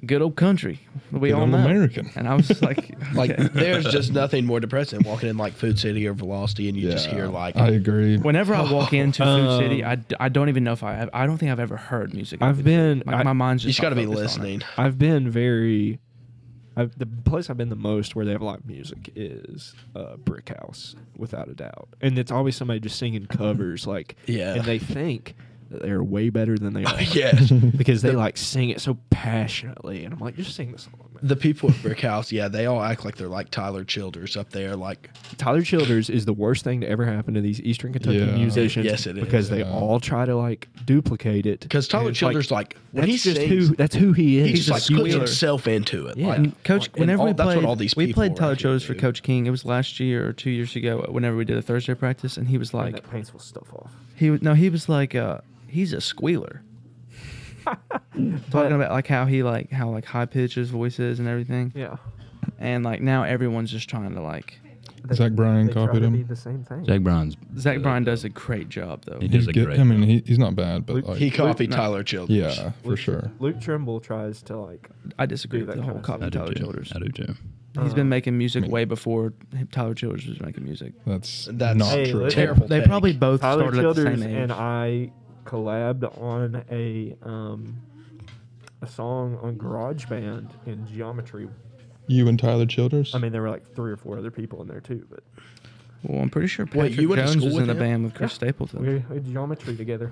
Speaker 3: good old country? We
Speaker 2: Good
Speaker 3: all
Speaker 2: old
Speaker 3: know.
Speaker 2: American.
Speaker 3: And I was just like,
Speaker 5: Like,
Speaker 3: okay.
Speaker 5: there's just nothing more depressing than walking in like Food City or Velocity, and you just hear like
Speaker 2: I agree.
Speaker 3: Whenever I walk into Food City,
Speaker 5: Um,
Speaker 3: I, d- I don't even know if I have. I don't think I've ever heard music.
Speaker 4: I've
Speaker 3: Food City.
Speaker 4: been-
Speaker 3: Like,
Speaker 4: I-
Speaker 3: my mind's
Speaker 5: you
Speaker 3: just.
Speaker 5: just got to
Speaker 3: not
Speaker 5: be
Speaker 3: focused on it.
Speaker 5: listening.
Speaker 4: I've been very. I've, the place I've been the most where they have live music is uh, Brick House, without a doubt, and it's always somebody just singing covers, like
Speaker 5: Yeah.
Speaker 4: and they think that they're way better than they are
Speaker 5: yes.
Speaker 4: because they like sing it so passionately, and I'm like, just sing the song. Man.
Speaker 5: The people at Brick House, yeah, they all act like they're like Tyler Childers up there. Like,
Speaker 4: Tyler Childers is the worst thing to ever happen to these Eastern Kentucky
Speaker 2: Yeah.
Speaker 4: musicians.
Speaker 5: Yes, it is.
Speaker 4: because they
Speaker 2: Yeah.
Speaker 4: all try to like duplicate it.
Speaker 5: because
Speaker 4: And
Speaker 5: Tyler
Speaker 4: it's
Speaker 5: Childers, like, when
Speaker 4: that's
Speaker 5: he
Speaker 4: just
Speaker 5: sings,
Speaker 4: who that's who he is.
Speaker 5: he just
Speaker 3: a
Speaker 5: like puts
Speaker 3: squealer.
Speaker 5: himself into it.
Speaker 4: Yeah.
Speaker 5: Like,
Speaker 3: And Coach,
Speaker 5: like, and
Speaker 3: whenever
Speaker 5: all-
Speaker 3: we
Speaker 5: that's
Speaker 3: played,
Speaker 5: what all these
Speaker 3: we
Speaker 5: people
Speaker 3: played
Speaker 5: around
Speaker 3: Tyler
Speaker 5: here
Speaker 3: Childers for
Speaker 5: do.
Speaker 3: Coach King. It was last year or two years ago whenever we did a Thursday practice, and he was
Speaker 7: Turn
Speaker 3: like,
Speaker 7: that painful stuff off.
Speaker 3: He was no, he was like uh he's a squealer. Talking about like how he like how like high pitch his voice is and everything.
Speaker 7: Yeah.
Speaker 3: And like now everyone's just trying to like
Speaker 7: They-
Speaker 2: Zach Bryan
Speaker 7: they try
Speaker 2: copied
Speaker 7: to
Speaker 2: him.
Speaker 7: Be the same thing.
Speaker 6: Zach Bryan's.
Speaker 3: Zach Bryan does a great job though.
Speaker 2: He
Speaker 6: He does a
Speaker 2: get-
Speaker 6: great.
Speaker 2: I mean, he, he's not bad, but like,
Speaker 5: He copied
Speaker 3: No.
Speaker 5: Tyler Childers.
Speaker 2: yeah, for
Speaker 7: Luke-
Speaker 2: sure.
Speaker 7: Luke Trimble tries to like.
Speaker 3: I disagree
Speaker 7: Do
Speaker 3: with
Speaker 7: that
Speaker 3: the whole
Speaker 7: kinda stuff.
Speaker 3: copy
Speaker 6: I
Speaker 3: of
Speaker 6: do
Speaker 3: Tyler
Speaker 6: too.
Speaker 3: Childers.
Speaker 6: I do too.
Speaker 3: He's been making music way before Tyler Childers was making music.
Speaker 2: That's
Speaker 5: That's
Speaker 2: not
Speaker 7: Hey,
Speaker 2: true.
Speaker 7: let's-
Speaker 5: Ter- Terrible
Speaker 3: They
Speaker 5: take.
Speaker 3: probably both
Speaker 7: Tyler
Speaker 3: started at the
Speaker 7: Childers
Speaker 3: same age.
Speaker 7: and I collabed on a um, a song on GarageBand in Geometry.
Speaker 2: You and Tyler Childers.
Speaker 7: I mean, there were like three or four other people in there too, but
Speaker 3: well, I'm pretty sure Patrick
Speaker 5: Wait, you went to
Speaker 3: Jones
Speaker 5: school
Speaker 3: was in
Speaker 5: with
Speaker 3: a
Speaker 5: him?
Speaker 3: band with Chris
Speaker 7: Yeah.
Speaker 3: Stapleton.
Speaker 7: we we had Geometry together.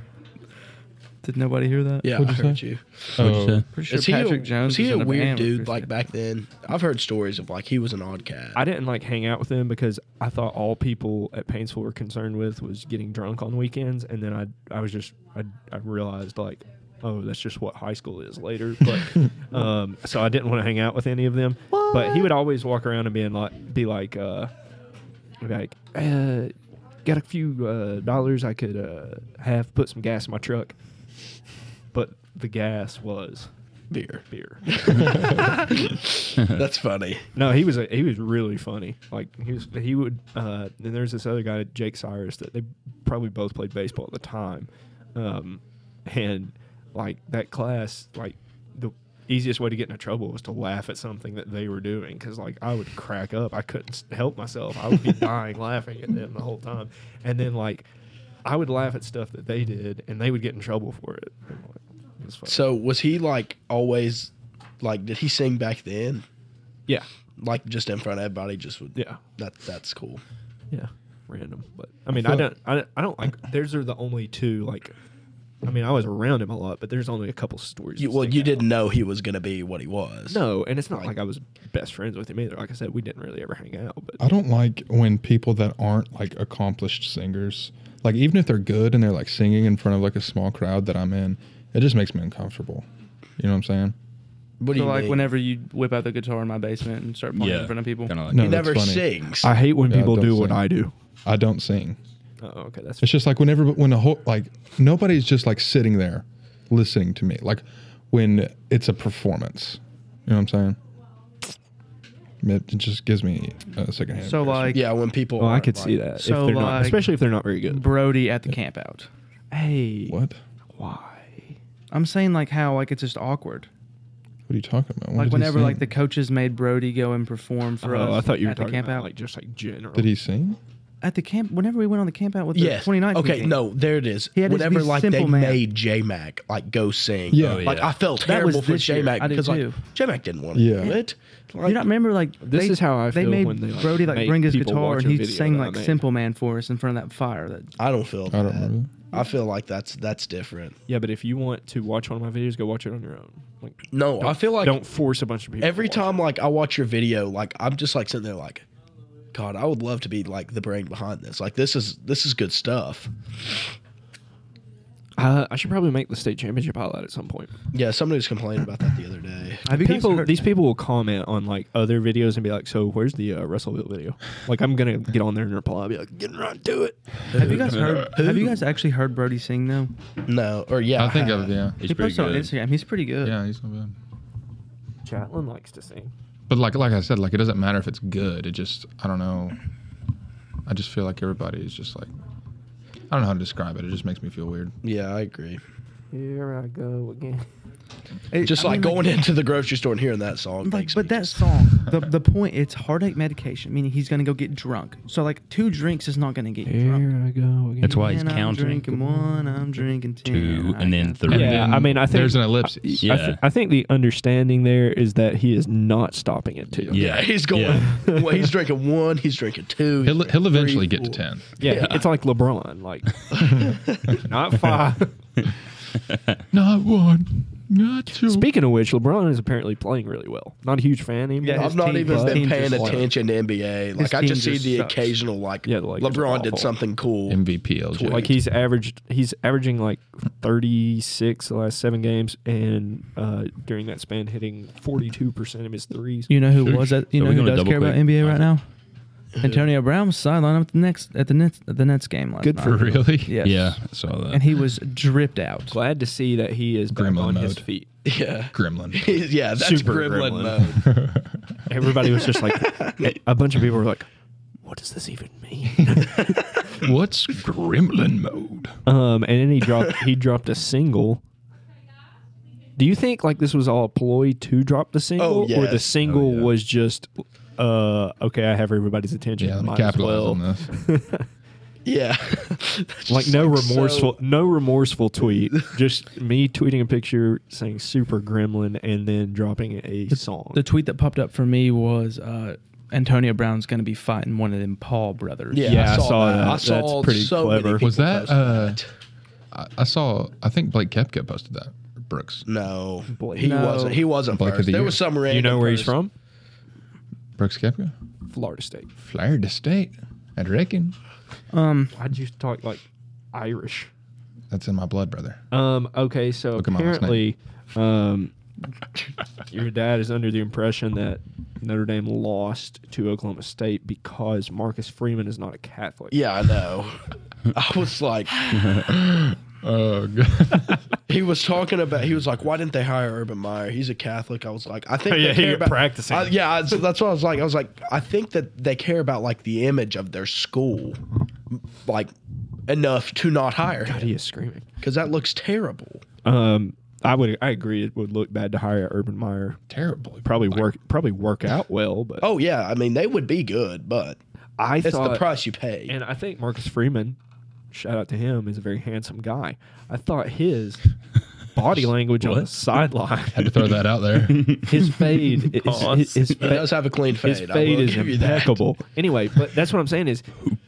Speaker 3: Did nobody hear that?
Speaker 5: Yeah, I
Speaker 2: What'd you
Speaker 5: heard
Speaker 2: say?
Speaker 5: you.
Speaker 2: Oh,
Speaker 3: Pretty sure
Speaker 5: Is he
Speaker 3: Patrick
Speaker 5: a,
Speaker 3: Jones
Speaker 5: was he
Speaker 3: was
Speaker 5: a
Speaker 3: in a
Speaker 5: weird
Speaker 3: band with
Speaker 5: dude
Speaker 3: Chris
Speaker 5: like
Speaker 3: Tucker.
Speaker 5: back then? I've heard stories of like he was an odd cat.
Speaker 4: I didn't like hang out with them because I thought all people at Paintsville were concerned with was getting drunk on weekends, and then I I was just I, I realized like oh that's just what high school is later, but um, so I didn't want to hang out with any of them. But he would always walk around and be in like be like uh, be like uh, got a few uh, dollars I could uh, have put some gas in my truck, but the gas was
Speaker 5: Beer.
Speaker 4: beer.
Speaker 5: That's funny.
Speaker 4: No, he was a, he was really funny. Like he was he would uh and there's this other guy, Jake Cyrus, that they probably both played baseball at the time. Um and like that class, like the easiest way to get into trouble was to laugh at something that they were doing cuz like I would crack up. I couldn't s- help myself. I would be dying laughing at them the whole time. And then like I would laugh at stuff that they did and they would get in trouble for it. And, like, it was funny.
Speaker 5: So was he like always like did he sing back then?
Speaker 4: yeah.
Speaker 5: Like just in front of everybody just would
Speaker 4: Yeah.
Speaker 5: that that's cool.
Speaker 4: Yeah, random. But I mean, I,
Speaker 2: feel-
Speaker 4: don't, I, I don't like. Those are the only two. Like, I mean, I was around him a lot, but there's only a couple stories.
Speaker 5: You,
Speaker 4: that
Speaker 5: well,
Speaker 4: stick
Speaker 5: you
Speaker 4: out.
Speaker 5: didn't know he was gonna be what he was.
Speaker 4: No, and it's not like I was best friends with him either. Like I said, we didn't really ever hang out. But
Speaker 2: I don't like when people that aren't like accomplished singers, like even if they're good and they're like singing in front of like a small crowd that I'm in, it just makes me uncomfortable. You know what I'm saying?
Speaker 5: What do
Speaker 3: So
Speaker 5: you
Speaker 3: like
Speaker 5: mean?
Speaker 3: whenever you whip out the guitar in my basement and start playing
Speaker 6: yeah,
Speaker 3: in front of people.
Speaker 6: Kind of like
Speaker 2: No,
Speaker 5: he
Speaker 2: that's
Speaker 5: never
Speaker 2: funny.
Speaker 5: sings.
Speaker 4: I hate when
Speaker 2: Yeah,
Speaker 4: people
Speaker 2: don't
Speaker 4: do what
Speaker 2: sing.
Speaker 4: I do.
Speaker 2: I don't sing.
Speaker 4: Oh, okay, that's
Speaker 2: It's just like whenever when a whole like nobody's just like sitting there listening to me. Like when it's a performance. You know what I'm saying? It just gives me a second hand.
Speaker 3: So like
Speaker 5: yeah, when people
Speaker 4: Oh, I
Speaker 5: aren't,
Speaker 4: could see
Speaker 5: like-
Speaker 4: that.
Speaker 3: So,
Speaker 4: if they're not,
Speaker 3: like-
Speaker 4: especially if they're not very good.
Speaker 3: Brody at the camp out.
Speaker 4: Hey,
Speaker 2: what?
Speaker 4: Why?
Speaker 3: I'm saying like how like it's just awkward.
Speaker 2: What are you talking about? What
Speaker 3: Like
Speaker 2: did he
Speaker 3: whenever like the
Speaker 2: sing?
Speaker 3: coaches made Brody go and perform for
Speaker 4: oh,
Speaker 3: us.
Speaker 4: I thought you were
Speaker 3: at the
Speaker 4: talking
Speaker 3: camp
Speaker 4: about
Speaker 3: out.
Speaker 4: like just like general.
Speaker 2: did he sing?
Speaker 3: at the camp whenever we went on the camp out with the
Speaker 5: Yes.
Speaker 3: 29th.
Speaker 5: Okay.
Speaker 3: meeting.
Speaker 5: No, there it is.
Speaker 3: He had to
Speaker 5: Whenever
Speaker 3: be
Speaker 5: like they
Speaker 3: simple man.
Speaker 5: made J Mac like go sing.
Speaker 2: Yeah. Oh,
Speaker 5: Like
Speaker 6: yeah.
Speaker 5: I felt
Speaker 3: That was
Speaker 5: terrible for
Speaker 3: this year.
Speaker 5: J Mac
Speaker 3: I do
Speaker 5: because
Speaker 3: too.
Speaker 5: like J Mac didn't want to
Speaker 2: Yeah.
Speaker 5: do it.
Speaker 3: you
Speaker 5: Like,
Speaker 3: not remember like
Speaker 4: This
Speaker 3: they-
Speaker 4: is how I
Speaker 3: they
Speaker 4: feel
Speaker 3: made
Speaker 4: when they, like,
Speaker 3: Brody like
Speaker 4: make
Speaker 3: bring his
Speaker 4: people
Speaker 3: guitar
Speaker 4: watch
Speaker 3: and
Speaker 4: a
Speaker 3: he
Speaker 4: video
Speaker 3: sang
Speaker 4: that I
Speaker 3: like
Speaker 4: made.
Speaker 3: Simple Man for us in front of that fire. That
Speaker 5: I don't feel.
Speaker 2: I don't
Speaker 5: that.
Speaker 2: remember.
Speaker 5: I feel like that's that's different.
Speaker 4: Yeah, but if you want to watch one of my videos, go watch it on your own. Like,
Speaker 5: No, I
Speaker 4: don't-
Speaker 5: feel like
Speaker 4: don't force a bunch of people.
Speaker 5: every
Speaker 4: to watch
Speaker 5: time like I watch your video, like I'm just like sitting there like, God, I would love to be like the brain behind this. Like this is this is good stuff.
Speaker 4: Uh, I should probably make the state championship highlight at some point.
Speaker 5: Yeah, somebody was complaining about that the other day.
Speaker 3: have you guys
Speaker 4: people,
Speaker 3: heard-
Speaker 4: these people will comment on like other videos and be like, "So where's the uh, Russellville video?" Like I'm gonna get on there and reply, I'll be like, "Getting right to it."
Speaker 3: have you guys heard? Have you guys actually heard Brody sing though?
Speaker 5: No, or yeah,
Speaker 2: I think
Speaker 5: have.
Speaker 2: of yeah.
Speaker 6: He's
Speaker 3: he
Speaker 6: pretty
Speaker 3: posted on
Speaker 6: good.
Speaker 3: Instagram. He's pretty good.
Speaker 2: Yeah, he's not bad.
Speaker 7: Chatlin likes to sing.
Speaker 2: But like like I said, like it doesn't matter if it's good. It just I don't know. I just feel like everybody is just like I don't know how to describe it. It just makes me feel weird.
Speaker 5: Yeah, I agree.
Speaker 7: Here I go again.
Speaker 3: It-
Speaker 5: Just
Speaker 3: I
Speaker 5: like
Speaker 3: mean,
Speaker 5: going into the grocery store and hearing that song.
Speaker 3: Like,
Speaker 5: makes
Speaker 3: but
Speaker 5: me
Speaker 3: that
Speaker 5: just-
Speaker 3: song, the, the point, it's heartache medication, meaning he's gonna go get drunk. So like two drinks is not gonna get you drunk.
Speaker 4: I go again.
Speaker 6: That's why he's
Speaker 3: And I'm
Speaker 6: counting
Speaker 3: drinking one, I'm drinking
Speaker 6: two and then
Speaker 3: three.
Speaker 6: three.
Speaker 4: Yeah,
Speaker 2: then
Speaker 4: I mean, I think
Speaker 2: there's an ellipsis.
Speaker 4: I,
Speaker 6: Yeah.
Speaker 4: th- I think the understanding there is that he is not stopping at two.
Speaker 6: Yeah.
Speaker 5: Yeah, he's going.
Speaker 6: Yeah.
Speaker 5: Well, he's drinking one. He's drinking two. he's
Speaker 2: He'll
Speaker 5: drinking
Speaker 2: he'll
Speaker 5: three,
Speaker 2: eventually get to
Speaker 5: four.
Speaker 2: ten.
Speaker 4: yeah, it's like LeBron, like not five.
Speaker 2: Not one. Not two.
Speaker 4: Speaking of which, LeBron is apparently playing really well. Not a huge fan anymore.
Speaker 3: Yeah,
Speaker 5: I've
Speaker 3: his
Speaker 5: not
Speaker 3: team-
Speaker 5: even
Speaker 3: his
Speaker 5: been
Speaker 3: team
Speaker 5: paying
Speaker 3: just-
Speaker 5: attention to NBA. Like I
Speaker 3: team
Speaker 5: just see
Speaker 3: just
Speaker 5: the
Speaker 3: sucks.
Speaker 5: occasional like,
Speaker 4: Yeah, like, oh, it's
Speaker 5: LeBron
Speaker 4: awful.
Speaker 5: did something cool.
Speaker 2: MVP LJ.
Speaker 4: Like he's averaged, he's averaging like 36 the last seven games, and uh, during that span, hitting 42 percent of his threes.
Speaker 3: You know who was that? You
Speaker 6: Are
Speaker 3: know
Speaker 6: we
Speaker 3: who
Speaker 6: gonna
Speaker 3: does
Speaker 6: double
Speaker 3: care about
Speaker 6: click?
Speaker 3: NBA right now? Antonio Brown was sidelined at the next at the Nets at the Nets game last
Speaker 4: Good
Speaker 3: night.
Speaker 4: for him.
Speaker 2: really.
Speaker 3: Yes.
Speaker 6: Yeah, I saw that.
Speaker 3: And he was dripped out.
Speaker 4: Glad to see that he is back
Speaker 2: Gremlin
Speaker 4: on his
Speaker 2: mode.
Speaker 4: feet.
Speaker 5: yeah,
Speaker 2: Gremlin.
Speaker 5: yeah, that's
Speaker 4: Super
Speaker 5: gremlin,
Speaker 4: gremlin.
Speaker 5: mode.
Speaker 4: Everybody was just like, a bunch of people were like, "What does this even mean?"
Speaker 2: What's Gremlin mode?
Speaker 4: um, and then he dropped he dropped a single. Do you think like this was all a ploy to drop the single, or the
Speaker 5: yes.
Speaker 4: single
Speaker 6: Oh, yeah.
Speaker 4: was just, uh, okay, I have everybody's attention.
Speaker 2: Yeah, let me
Speaker 4: might as
Speaker 2: capitalize
Speaker 4: well.
Speaker 2: on this.
Speaker 5: Yeah,
Speaker 4: like no
Speaker 5: so-
Speaker 4: remorseful no remorseful tweet just me tweeting a picture saying super gremlin and then dropping a song
Speaker 3: The tweet that popped up for me was uh, Antonio Brown's going to be fighting one of them Paul brothers.
Speaker 5: yeah,
Speaker 4: Yeah, I saw that.
Speaker 5: I
Speaker 4: That's
Speaker 5: saw
Speaker 4: pretty
Speaker 5: so many
Speaker 4: clever.
Speaker 5: people
Speaker 2: Was that,
Speaker 5: post
Speaker 2: uh,
Speaker 5: that.
Speaker 2: I- I, I saw. I think Blake Kepka posted that. Brooks.
Speaker 5: No,
Speaker 3: Blake-
Speaker 5: he
Speaker 3: No.
Speaker 5: wasn't. He wasn't
Speaker 2: Blake of
Speaker 5: first.
Speaker 2: the
Speaker 5: there
Speaker 2: year.
Speaker 5: was some random.
Speaker 4: You know where he's
Speaker 5: person.
Speaker 4: from?
Speaker 2: Brooks Kepka.
Speaker 4: Florida State.
Speaker 2: Florida State. I reckon.
Speaker 3: Um,
Speaker 4: Why'd you talk like Irish?
Speaker 2: That's in my blood, brother.
Speaker 4: Um, okay, so
Speaker 2: Look at my last name.
Speaker 4: apparently, um, your dad is under the impression that Notre Dame lost to Oklahoma State because Marcus Freeman is not a Catholic.
Speaker 5: Yeah, I know. I was like,
Speaker 2: Oh god.
Speaker 5: he was talking about. He was like, why didn't they hire Urban Meyer? He's a Catholic. I was like, I think.
Speaker 4: Yeah,
Speaker 5: they
Speaker 4: he
Speaker 5: care
Speaker 4: got
Speaker 5: about,
Speaker 4: practicing.
Speaker 5: I- yeah, I- so that's what I was like. I was like, I think that they care about like the image of their school, like enough to not hire
Speaker 4: God, he is screaming.
Speaker 5: because that looks terrible.
Speaker 4: Um, I would, I agree, it would look bad to hire Urban Meyer.
Speaker 2: Terrible.
Speaker 4: Probably work, probably work out well, but
Speaker 5: Oh yeah, I mean they would be good, but
Speaker 4: I
Speaker 5: it's
Speaker 4: thought,
Speaker 5: the price you pay.
Speaker 4: and I think Marcus Freeman, shout out to him, is a very handsome guy. I thought his body language on the sideline,
Speaker 2: Had to throw that out there.
Speaker 4: his fade, is- his, his
Speaker 5: he
Speaker 4: fa-
Speaker 5: does have a clean fade.
Speaker 4: His
Speaker 5: I
Speaker 4: fade
Speaker 5: will
Speaker 4: is
Speaker 5: give you that.
Speaker 4: impeccable. Anyway, but that's what I'm saying is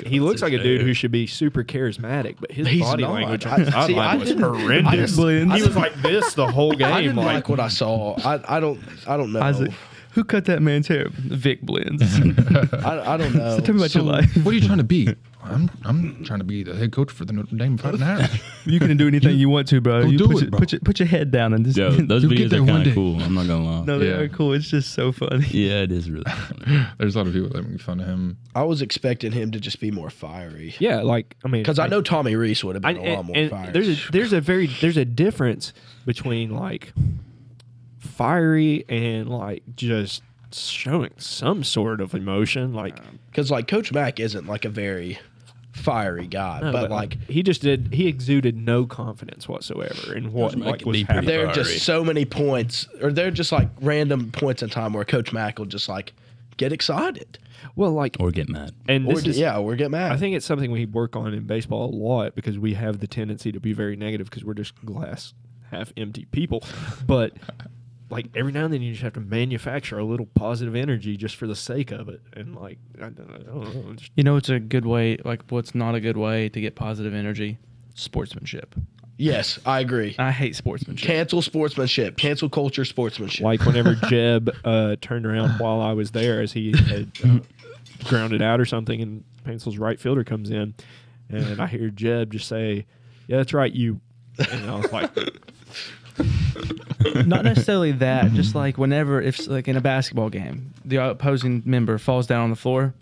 Speaker 4: he looks
Speaker 6: his
Speaker 4: like a dude
Speaker 6: hair?
Speaker 4: who should be super charismatic, but his
Speaker 5: He's
Speaker 4: body
Speaker 5: not.
Speaker 4: language
Speaker 5: I-
Speaker 4: on the
Speaker 5: see, I
Speaker 4: sideline was
Speaker 5: didn't- I
Speaker 4: horrendous.
Speaker 3: didn't-
Speaker 4: He was like this the whole game.
Speaker 5: I didn't like,
Speaker 4: like,
Speaker 5: what I saw. I, I don't I don't know.
Speaker 3: Isaac, who cut that man's hair? Vic Blends.
Speaker 5: I, I don't know.
Speaker 3: Tell me about your life.
Speaker 2: what are you trying to be? I'm I'm trying to be the head coach for the Notre Dame Fighting Irish.
Speaker 3: You can do anything you, want to, bro.
Speaker 2: go
Speaker 3: You
Speaker 2: do
Speaker 3: put,
Speaker 2: it,
Speaker 3: your,
Speaker 2: bro.
Speaker 3: put your put your head down and just.
Speaker 6: Yo, those
Speaker 2: You'll get
Speaker 6: videos
Speaker 2: there
Speaker 6: are
Speaker 2: one
Speaker 6: kind
Speaker 2: day.
Speaker 6: of cool. I'm not gonna lie.
Speaker 3: no, they
Speaker 2: Yeah.
Speaker 3: are cool. It's just so funny.
Speaker 6: Yeah, it is really. Funny.
Speaker 2: There's a lot of people that make fun of him.
Speaker 5: I was expecting him to just be more fiery.
Speaker 4: yeah, like I mean,
Speaker 5: Because I know Tommy Reese would have
Speaker 4: I-
Speaker 5: been a lot more
Speaker 4: and,
Speaker 5: fiery.
Speaker 4: and there's a there's a very there's a difference between like fiery and like just showing some sort of emotion, like.
Speaker 5: Because like Coach Mack isn't like a very fiery guy,
Speaker 4: No,
Speaker 5: but, like
Speaker 4: he just did he exuded no confidence whatsoever in what
Speaker 6: Doesn't make
Speaker 4: like
Speaker 6: it
Speaker 4: was
Speaker 6: be pretty
Speaker 4: happening.
Speaker 5: there are
Speaker 6: fiery.
Speaker 5: just so many points, or there are just like random points in time where Coach Mack will just like get excited,
Speaker 4: Well, like
Speaker 6: or get mad.
Speaker 4: and
Speaker 5: or
Speaker 4: this is
Speaker 5: yeah, or get mad.
Speaker 4: I think it's something we work on in baseball a lot because we have the tendency to be very negative because we're just glass half empty people. But like every now and then you just have to manufacture a little positive energy just for the sake of it. And like I don't know, I don't know, just-
Speaker 3: You know, it's a good way. Like, what's not a good way to get positive energy? Sportsmanship.
Speaker 5: yes, I agree.
Speaker 3: I hate sportsmanship.
Speaker 5: Cancel sportsmanship. Cancel culture sportsmanship.
Speaker 4: like whenever Jeb uh, turned around while I was there as he had uh, grounded out or something, and Pencil's right fielder comes in, and I hear Jeb just say, "Yeah, that's right, you." And I was like,
Speaker 3: not necessarily that.
Speaker 5: Mm-hmm.
Speaker 3: Just like whenever, if like in a basketball game, the opposing member falls down on the floor,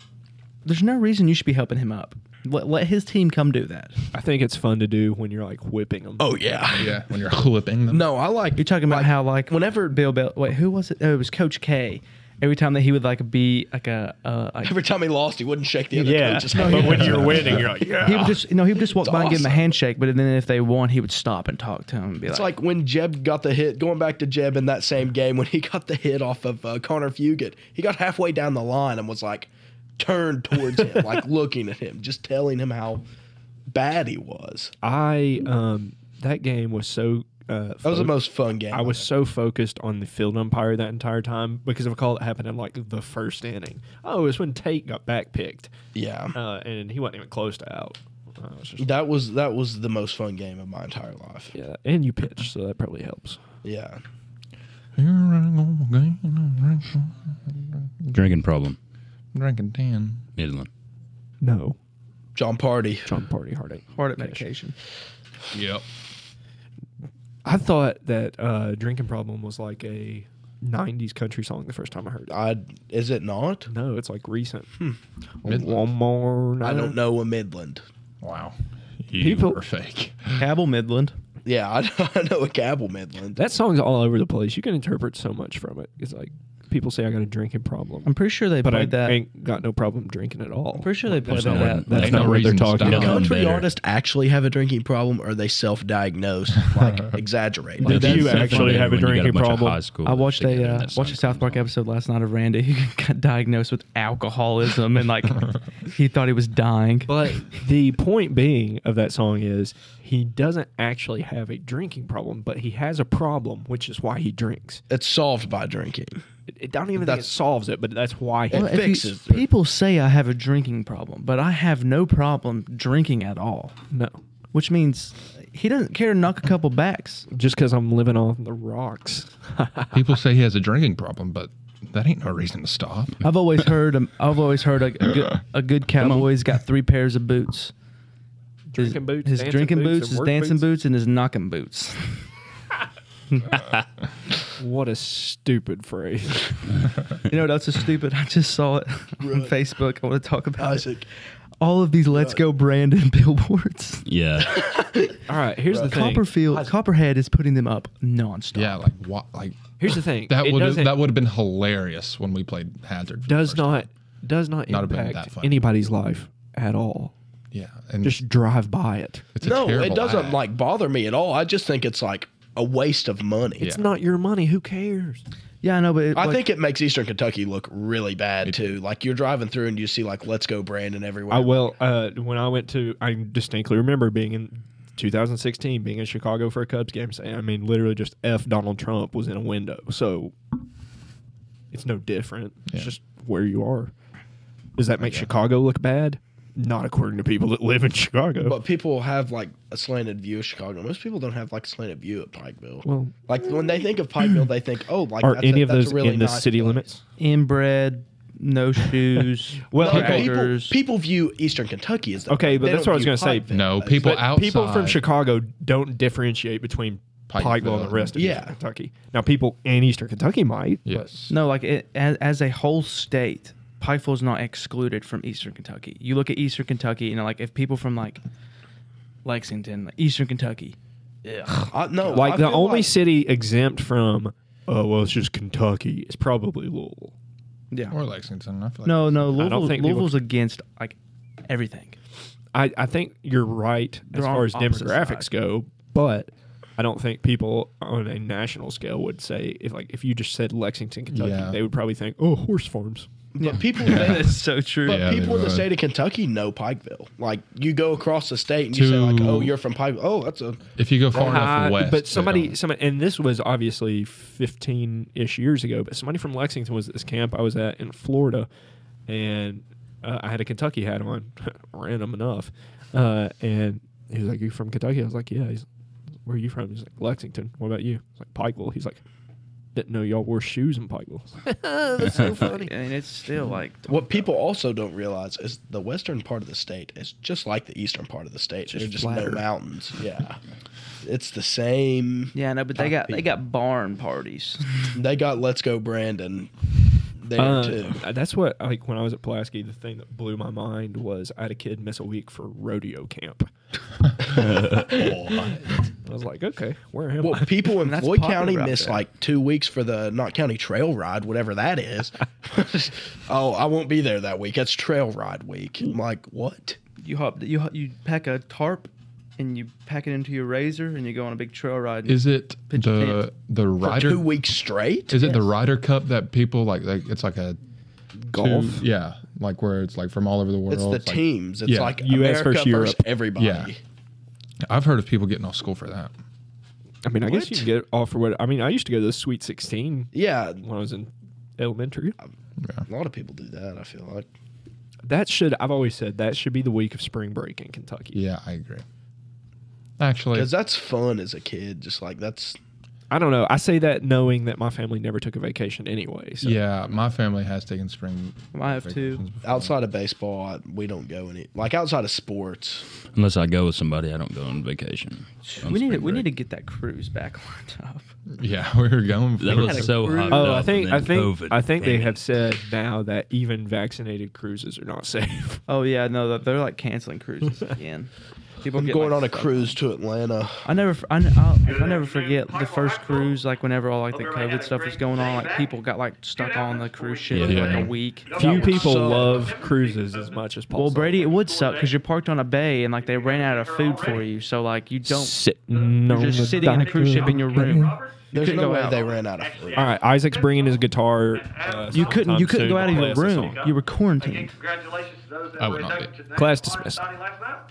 Speaker 3: there's no reason you should be helping him up. Let, let his team come do that.
Speaker 4: I think it's fun to do when you're like whipping them.
Speaker 5: oh yeah.
Speaker 2: Yeah, when you're clipping them.
Speaker 5: No, I like
Speaker 3: You're talking about
Speaker 5: like,
Speaker 3: how like
Speaker 5: whenever
Speaker 3: Bill Bel wait who was it? Oh, it was Coach K. Every time that he would like be like a uh, like,
Speaker 5: every time he lost, he wouldn't shake the other
Speaker 4: yeah,
Speaker 5: coach's hand.
Speaker 4: but when you're winning, you're like,
Speaker 3: he
Speaker 4: yeah.
Speaker 3: would just you know he would just walk by and give him a
Speaker 5: awesome.
Speaker 3: handshake, but then if they won, he would stop and talk to him and be
Speaker 5: It's like when Jeb got the hit. Going back to Jeb in that same game when he got the hit off of uh, Connor Fugit, he got halfway down the line and was like turned towards him, like looking at him, just telling him how bad he was.
Speaker 4: I um that game was so. Uh,
Speaker 5: That was the
Speaker 4: fo-
Speaker 5: most fun game.
Speaker 4: I was so focused on the field umpire that entire time because of a call that happened in like the first inning. Oh, it was when Tate got backpicked.
Speaker 5: yeah.
Speaker 4: uh, and he wasn't even close to out. I was just-
Speaker 5: That was that was the most fun game of my entire life.
Speaker 4: yeah, and you pitch, so that probably helps.
Speaker 5: Yeah.
Speaker 2: You're running on the game, I'm drinking-
Speaker 6: Drinking problem.
Speaker 2: drinking ten.
Speaker 6: Midland.
Speaker 4: No,
Speaker 5: John Party.
Speaker 4: John Party heartache.
Speaker 3: heart medication.
Speaker 2: Yep.
Speaker 4: I thought that uh, drinking problem was like a '90s country song the first time I heard it.
Speaker 5: I is it not?
Speaker 4: No, it's like recent.
Speaker 2: Midland.
Speaker 4: One more night.
Speaker 5: I don't know a Midland.
Speaker 2: Wow.
Speaker 4: People-
Speaker 2: People are fake.
Speaker 3: Cabell Midland.
Speaker 5: Yeah, I, I know a Cabell Midland.
Speaker 4: That song's all over the place. You can interpret so much from it. It's like people say I got a drinking problem,
Speaker 3: I'm pretty sure they
Speaker 4: but I
Speaker 3: played that.
Speaker 4: ain't got no problem drinking at all.
Speaker 3: I'm pretty sure they played
Speaker 6: not
Speaker 3: that.
Speaker 6: what-
Speaker 4: That's
Speaker 2: Ain't
Speaker 4: not
Speaker 2: no
Speaker 4: what they're
Speaker 2: reason to
Speaker 4: talking
Speaker 2: stop.
Speaker 5: Do
Speaker 4: about.
Speaker 6: No.
Speaker 5: country
Speaker 6: better.
Speaker 5: artists actually have a drinking problem, or are they self-diagnosed, like exaggerate?
Speaker 4: Did
Speaker 6: That's
Speaker 4: you
Speaker 6: something
Speaker 4: actually
Speaker 6: that
Speaker 4: have a
Speaker 6: when you got
Speaker 4: drinking
Speaker 6: bunch of
Speaker 4: problem?
Speaker 6: high school
Speaker 3: I watched
Speaker 6: together,
Speaker 3: a uh,
Speaker 6: that's
Speaker 3: watched a
Speaker 6: not
Speaker 3: South Park
Speaker 6: cool.
Speaker 3: episode last night of Randy who got diagnosed with alcoholism and like he thought he was dying.
Speaker 4: But the point being of that song is he doesn't actually have a drinking problem, but he has a problem, which is why he drinks.
Speaker 5: It's solved by drinking.
Speaker 4: It, it- I don't even think
Speaker 5: That's-
Speaker 4: it solves it, but that's why he.
Speaker 5: Well,
Speaker 3: If you-
Speaker 5: fixes it.
Speaker 3: people say I have a drinking problem, but I have no problem drinking at all,
Speaker 4: no,
Speaker 3: which means he doesn't care to knock a couple backs.
Speaker 4: Just because I'm living on the rocks.
Speaker 2: People say he has a drinking problem, but that ain't no reason to stop.
Speaker 3: I've always heard um, I've always heard a, a good a good cowboy's got three pairs of boots. His-
Speaker 4: Drinking boots,
Speaker 3: his
Speaker 4: dancing
Speaker 3: drinking
Speaker 4: boots,
Speaker 3: boots,
Speaker 4: and
Speaker 3: his
Speaker 4: work
Speaker 3: dancing
Speaker 4: boots.
Speaker 3: boots. and his knocking boots.
Speaker 4: What a stupid phrase.
Speaker 3: you know that's so stupid. I just saw it on Facebook. I want to talk about it.
Speaker 5: Isaac.
Speaker 3: all of these "Let's Go Brandon" billboards.
Speaker 6: Yeah.
Speaker 4: All right, here's the thing.
Speaker 3: Copperfield, Copperhead is putting them up nonstop.
Speaker 2: Yeah, like what? Like
Speaker 4: Here's the thing.
Speaker 2: that
Speaker 4: It
Speaker 2: would
Speaker 4: doesn't-
Speaker 2: that would have been hilarious when we played Hazard. For the
Speaker 4: does
Speaker 2: first
Speaker 4: not does not
Speaker 2: Not been
Speaker 4: impact
Speaker 2: that fun.
Speaker 4: anybody's life at all.
Speaker 2: time. Yeah, and
Speaker 4: Just drive by it.
Speaker 2: it's a
Speaker 5: No, it
Speaker 2: terrible
Speaker 5: doesn't
Speaker 2: ad.
Speaker 5: like bother me at all. I just think it's like a waste of money.
Speaker 4: It's not your money. Who cares?
Speaker 3: Yeah, I know, but it,
Speaker 5: I
Speaker 3: like,
Speaker 5: think it makes Eastern Kentucky look really bad too. Like you're driving through and you see like "Let's Go" Brandon everywhere.
Speaker 4: I well, uh, when I went to, I distinctly remember being in 2016, being in Chicago for a Cubs game. Saying, I mean, literally just f Donald Trump was in a window. So it's no different.
Speaker 2: Yeah.
Speaker 4: It's just where you are. Does that make Chicago look bad? Not according to people that live in Chicago.
Speaker 5: But people have like a slanted view of Chicago. Most people don't have like a slanted view of Pikeville.
Speaker 4: well,
Speaker 5: like when they think of Pikeville, they think, oh, like
Speaker 4: are
Speaker 5: that's a-
Speaker 4: any of
Speaker 5: that's a
Speaker 4: those
Speaker 5: really
Speaker 4: in the
Speaker 5: nice
Speaker 4: city
Speaker 5: place.
Speaker 4: limits?
Speaker 3: inbred, no shoes.
Speaker 4: Well,
Speaker 5: No,
Speaker 4: okay.
Speaker 5: people,
Speaker 3: Crackers.
Speaker 5: people view Eastern Kentucky as the
Speaker 4: Okay, but
Speaker 5: they
Speaker 4: that's what
Speaker 5: don't
Speaker 4: I was
Speaker 5: view
Speaker 4: gonna say.
Speaker 5: Pikeville
Speaker 2: No,
Speaker 5: as-
Speaker 2: people
Speaker 4: But people from
Speaker 2: outside-
Speaker 4: Chicago don't differentiate between
Speaker 2: Pikeville.
Speaker 4: Pikeville and the rest of
Speaker 5: Yeah.
Speaker 4: Eastern Kentucky. Now, people in Eastern Kentucky might.
Speaker 2: Yes,
Speaker 3: no, like it, as, as a whole state, Pikeville is not excluded from Eastern Kentucky. You look at Eastern Kentucky, you know, like if people from like Lexington, like, Eastern Kentucky,
Speaker 5: I, no,
Speaker 4: like
Speaker 5: I
Speaker 4: the
Speaker 5: feel
Speaker 4: only
Speaker 5: like-
Speaker 4: city exempt from oh well it's just kentucky is probably louisville
Speaker 3: yeah,
Speaker 2: or Lexington. I feel like
Speaker 3: no, no, Louisville,
Speaker 4: think people-
Speaker 3: Louisville's against like everything.
Speaker 4: i, I think you're right as
Speaker 3: They're on
Speaker 4: far as
Speaker 3: opposite
Speaker 4: demographics
Speaker 3: sides.
Speaker 4: go but i don't think people on a national scale would say if like if you just said lexington kentucky
Speaker 2: Yeah.
Speaker 4: they would probably think oh horse farms
Speaker 5: but people
Speaker 3: That is so true.
Speaker 5: But
Speaker 2: Yeah, they
Speaker 5: people in the
Speaker 2: would.
Speaker 5: state of Kentucky know Pikeville. Like you go across the state and you say like,
Speaker 2: To-
Speaker 5: "Oh, you're from Pikeville." Oh, that's a
Speaker 2: If you go far enough
Speaker 4: Uh,
Speaker 2: west,
Speaker 4: but
Speaker 2: they
Speaker 4: somebody,
Speaker 2: don't.
Speaker 4: somebody, and this was obviously 15 ish years ago, but somebody from Lexington was at this camp I was at in Florida, and uh, I had a Kentucky hat on, random enough. Uh, and he was like, You from Kentucky? I was like, Yeah. He's, Where are you from? He's like, Lexington. What about you? I was like, Pikeville. He's like, Didn't know y'all wore shoes in Pikeville. I was like,
Speaker 3: That's so funny. and it's still like
Speaker 5: What people also don't realize is the western part of the state is just like the eastern part of the state. There's just
Speaker 4: flatter.
Speaker 5: no mountains. Yeah. It's the same.
Speaker 3: yeah, no, but they got they got barn parties.
Speaker 5: They got Let's Go Brandon there too.
Speaker 4: Uh, that's what, like, when I was at Pulaski, the thing that blew my mind was I had a kid miss a week for rodeo camp. I was like, Okay, where am
Speaker 5: Well,
Speaker 4: I?
Speaker 5: people in
Speaker 3: that's
Speaker 5: Floyd
Speaker 3: popular
Speaker 5: County
Speaker 3: out
Speaker 5: miss
Speaker 3: there.
Speaker 5: like two weeks for the Knott County Trail Ride, whatever that is. oh, I won't be there that week. That's Trail Ride week. I'm like, what?
Speaker 3: You hop, you hop- you pack a tarp, and you pack it into your razor, and you go on a big trail ride. and
Speaker 2: is it
Speaker 3: Pitch
Speaker 2: the the
Speaker 5: For
Speaker 2: Ryder?
Speaker 5: two weeks straight?
Speaker 2: Is it the Ryder Cup that people like? Like it's like a
Speaker 4: Golf.
Speaker 2: two- yeah, like where it's like from all over the world.
Speaker 5: It's the
Speaker 2: like-
Speaker 5: teams. It's
Speaker 2: yeah,
Speaker 5: like
Speaker 4: US
Speaker 5: America
Speaker 4: versus
Speaker 5: versus
Speaker 4: Europe.
Speaker 5: everybody.
Speaker 2: Yeah. I've heard of people getting off school for that.
Speaker 4: I mean, I guess you
Speaker 5: What?
Speaker 4: can get off for what. I mean, I used to go to the Sweet 16
Speaker 5: Yeah.
Speaker 4: when I was in elementary.
Speaker 5: A lot of people do that, I feel like.
Speaker 4: That should, I've always said, that should be the week of spring break in Kentucky.
Speaker 2: Yeah, I agree. Actually,
Speaker 5: Because that's fun as a kid. Just like that's
Speaker 4: I don't know. I say that knowing that my family never took a vacation anyway. So
Speaker 2: yeah, my family has taken spring.
Speaker 3: I have two.
Speaker 2: vacations before.
Speaker 5: outside of baseball, I- we don't go any like outside of sports.
Speaker 6: Unless I go with somebody, I don't go on vacation. On
Speaker 3: we need to,
Speaker 6: spring
Speaker 3: we need to
Speaker 6: break.
Speaker 3: get that cruise back lined up.
Speaker 2: Yeah, we were going. For it.
Speaker 6: That was so hot.
Speaker 4: Oh, I think I think I think they have said now that even vaccinated cruises are not safe.
Speaker 3: Oh yeah, no, they're- they're like canceling cruises again. People
Speaker 5: I'm
Speaker 3: get,
Speaker 5: going
Speaker 3: like,
Speaker 5: on a
Speaker 3: stuck.
Speaker 5: cruise to Atlanta.
Speaker 3: I never, f- I, n- I'll, I'll never forget the first cruise. Like whenever all like the COVID stuff was going on, like people got like stuck on the cruise ship
Speaker 2: Yeah.
Speaker 3: for like a week.
Speaker 4: Few
Speaker 5: would
Speaker 4: people
Speaker 5: suck.
Speaker 4: love cruises as much as possible.
Speaker 3: Well, Brady, it would suck because you're parked on a bay and like they ran out of food for you, so like you don't.
Speaker 4: sitting
Speaker 3: You're
Speaker 4: on the
Speaker 3: just sitting in a
Speaker 4: dock.
Speaker 3: cruise ship in your room. You
Speaker 5: There's
Speaker 3: couldn't
Speaker 5: no
Speaker 3: go
Speaker 5: way
Speaker 3: out.
Speaker 5: they ran out of food.
Speaker 4: All right, Isaac's bringing his guitar. Uh,
Speaker 3: You couldn't. You
Speaker 4: sometime
Speaker 3: couldn't
Speaker 4: soon
Speaker 3: go
Speaker 4: to
Speaker 3: out of
Speaker 4: play
Speaker 3: your
Speaker 4: us a song.
Speaker 3: room. You were quarantined.
Speaker 9: Congratulations to those that
Speaker 2: I would
Speaker 9: were
Speaker 2: not
Speaker 9: inducted
Speaker 2: be.
Speaker 9: to the
Speaker 4: Class
Speaker 9: National Honor
Speaker 4: dismissed.
Speaker 9: Society last night.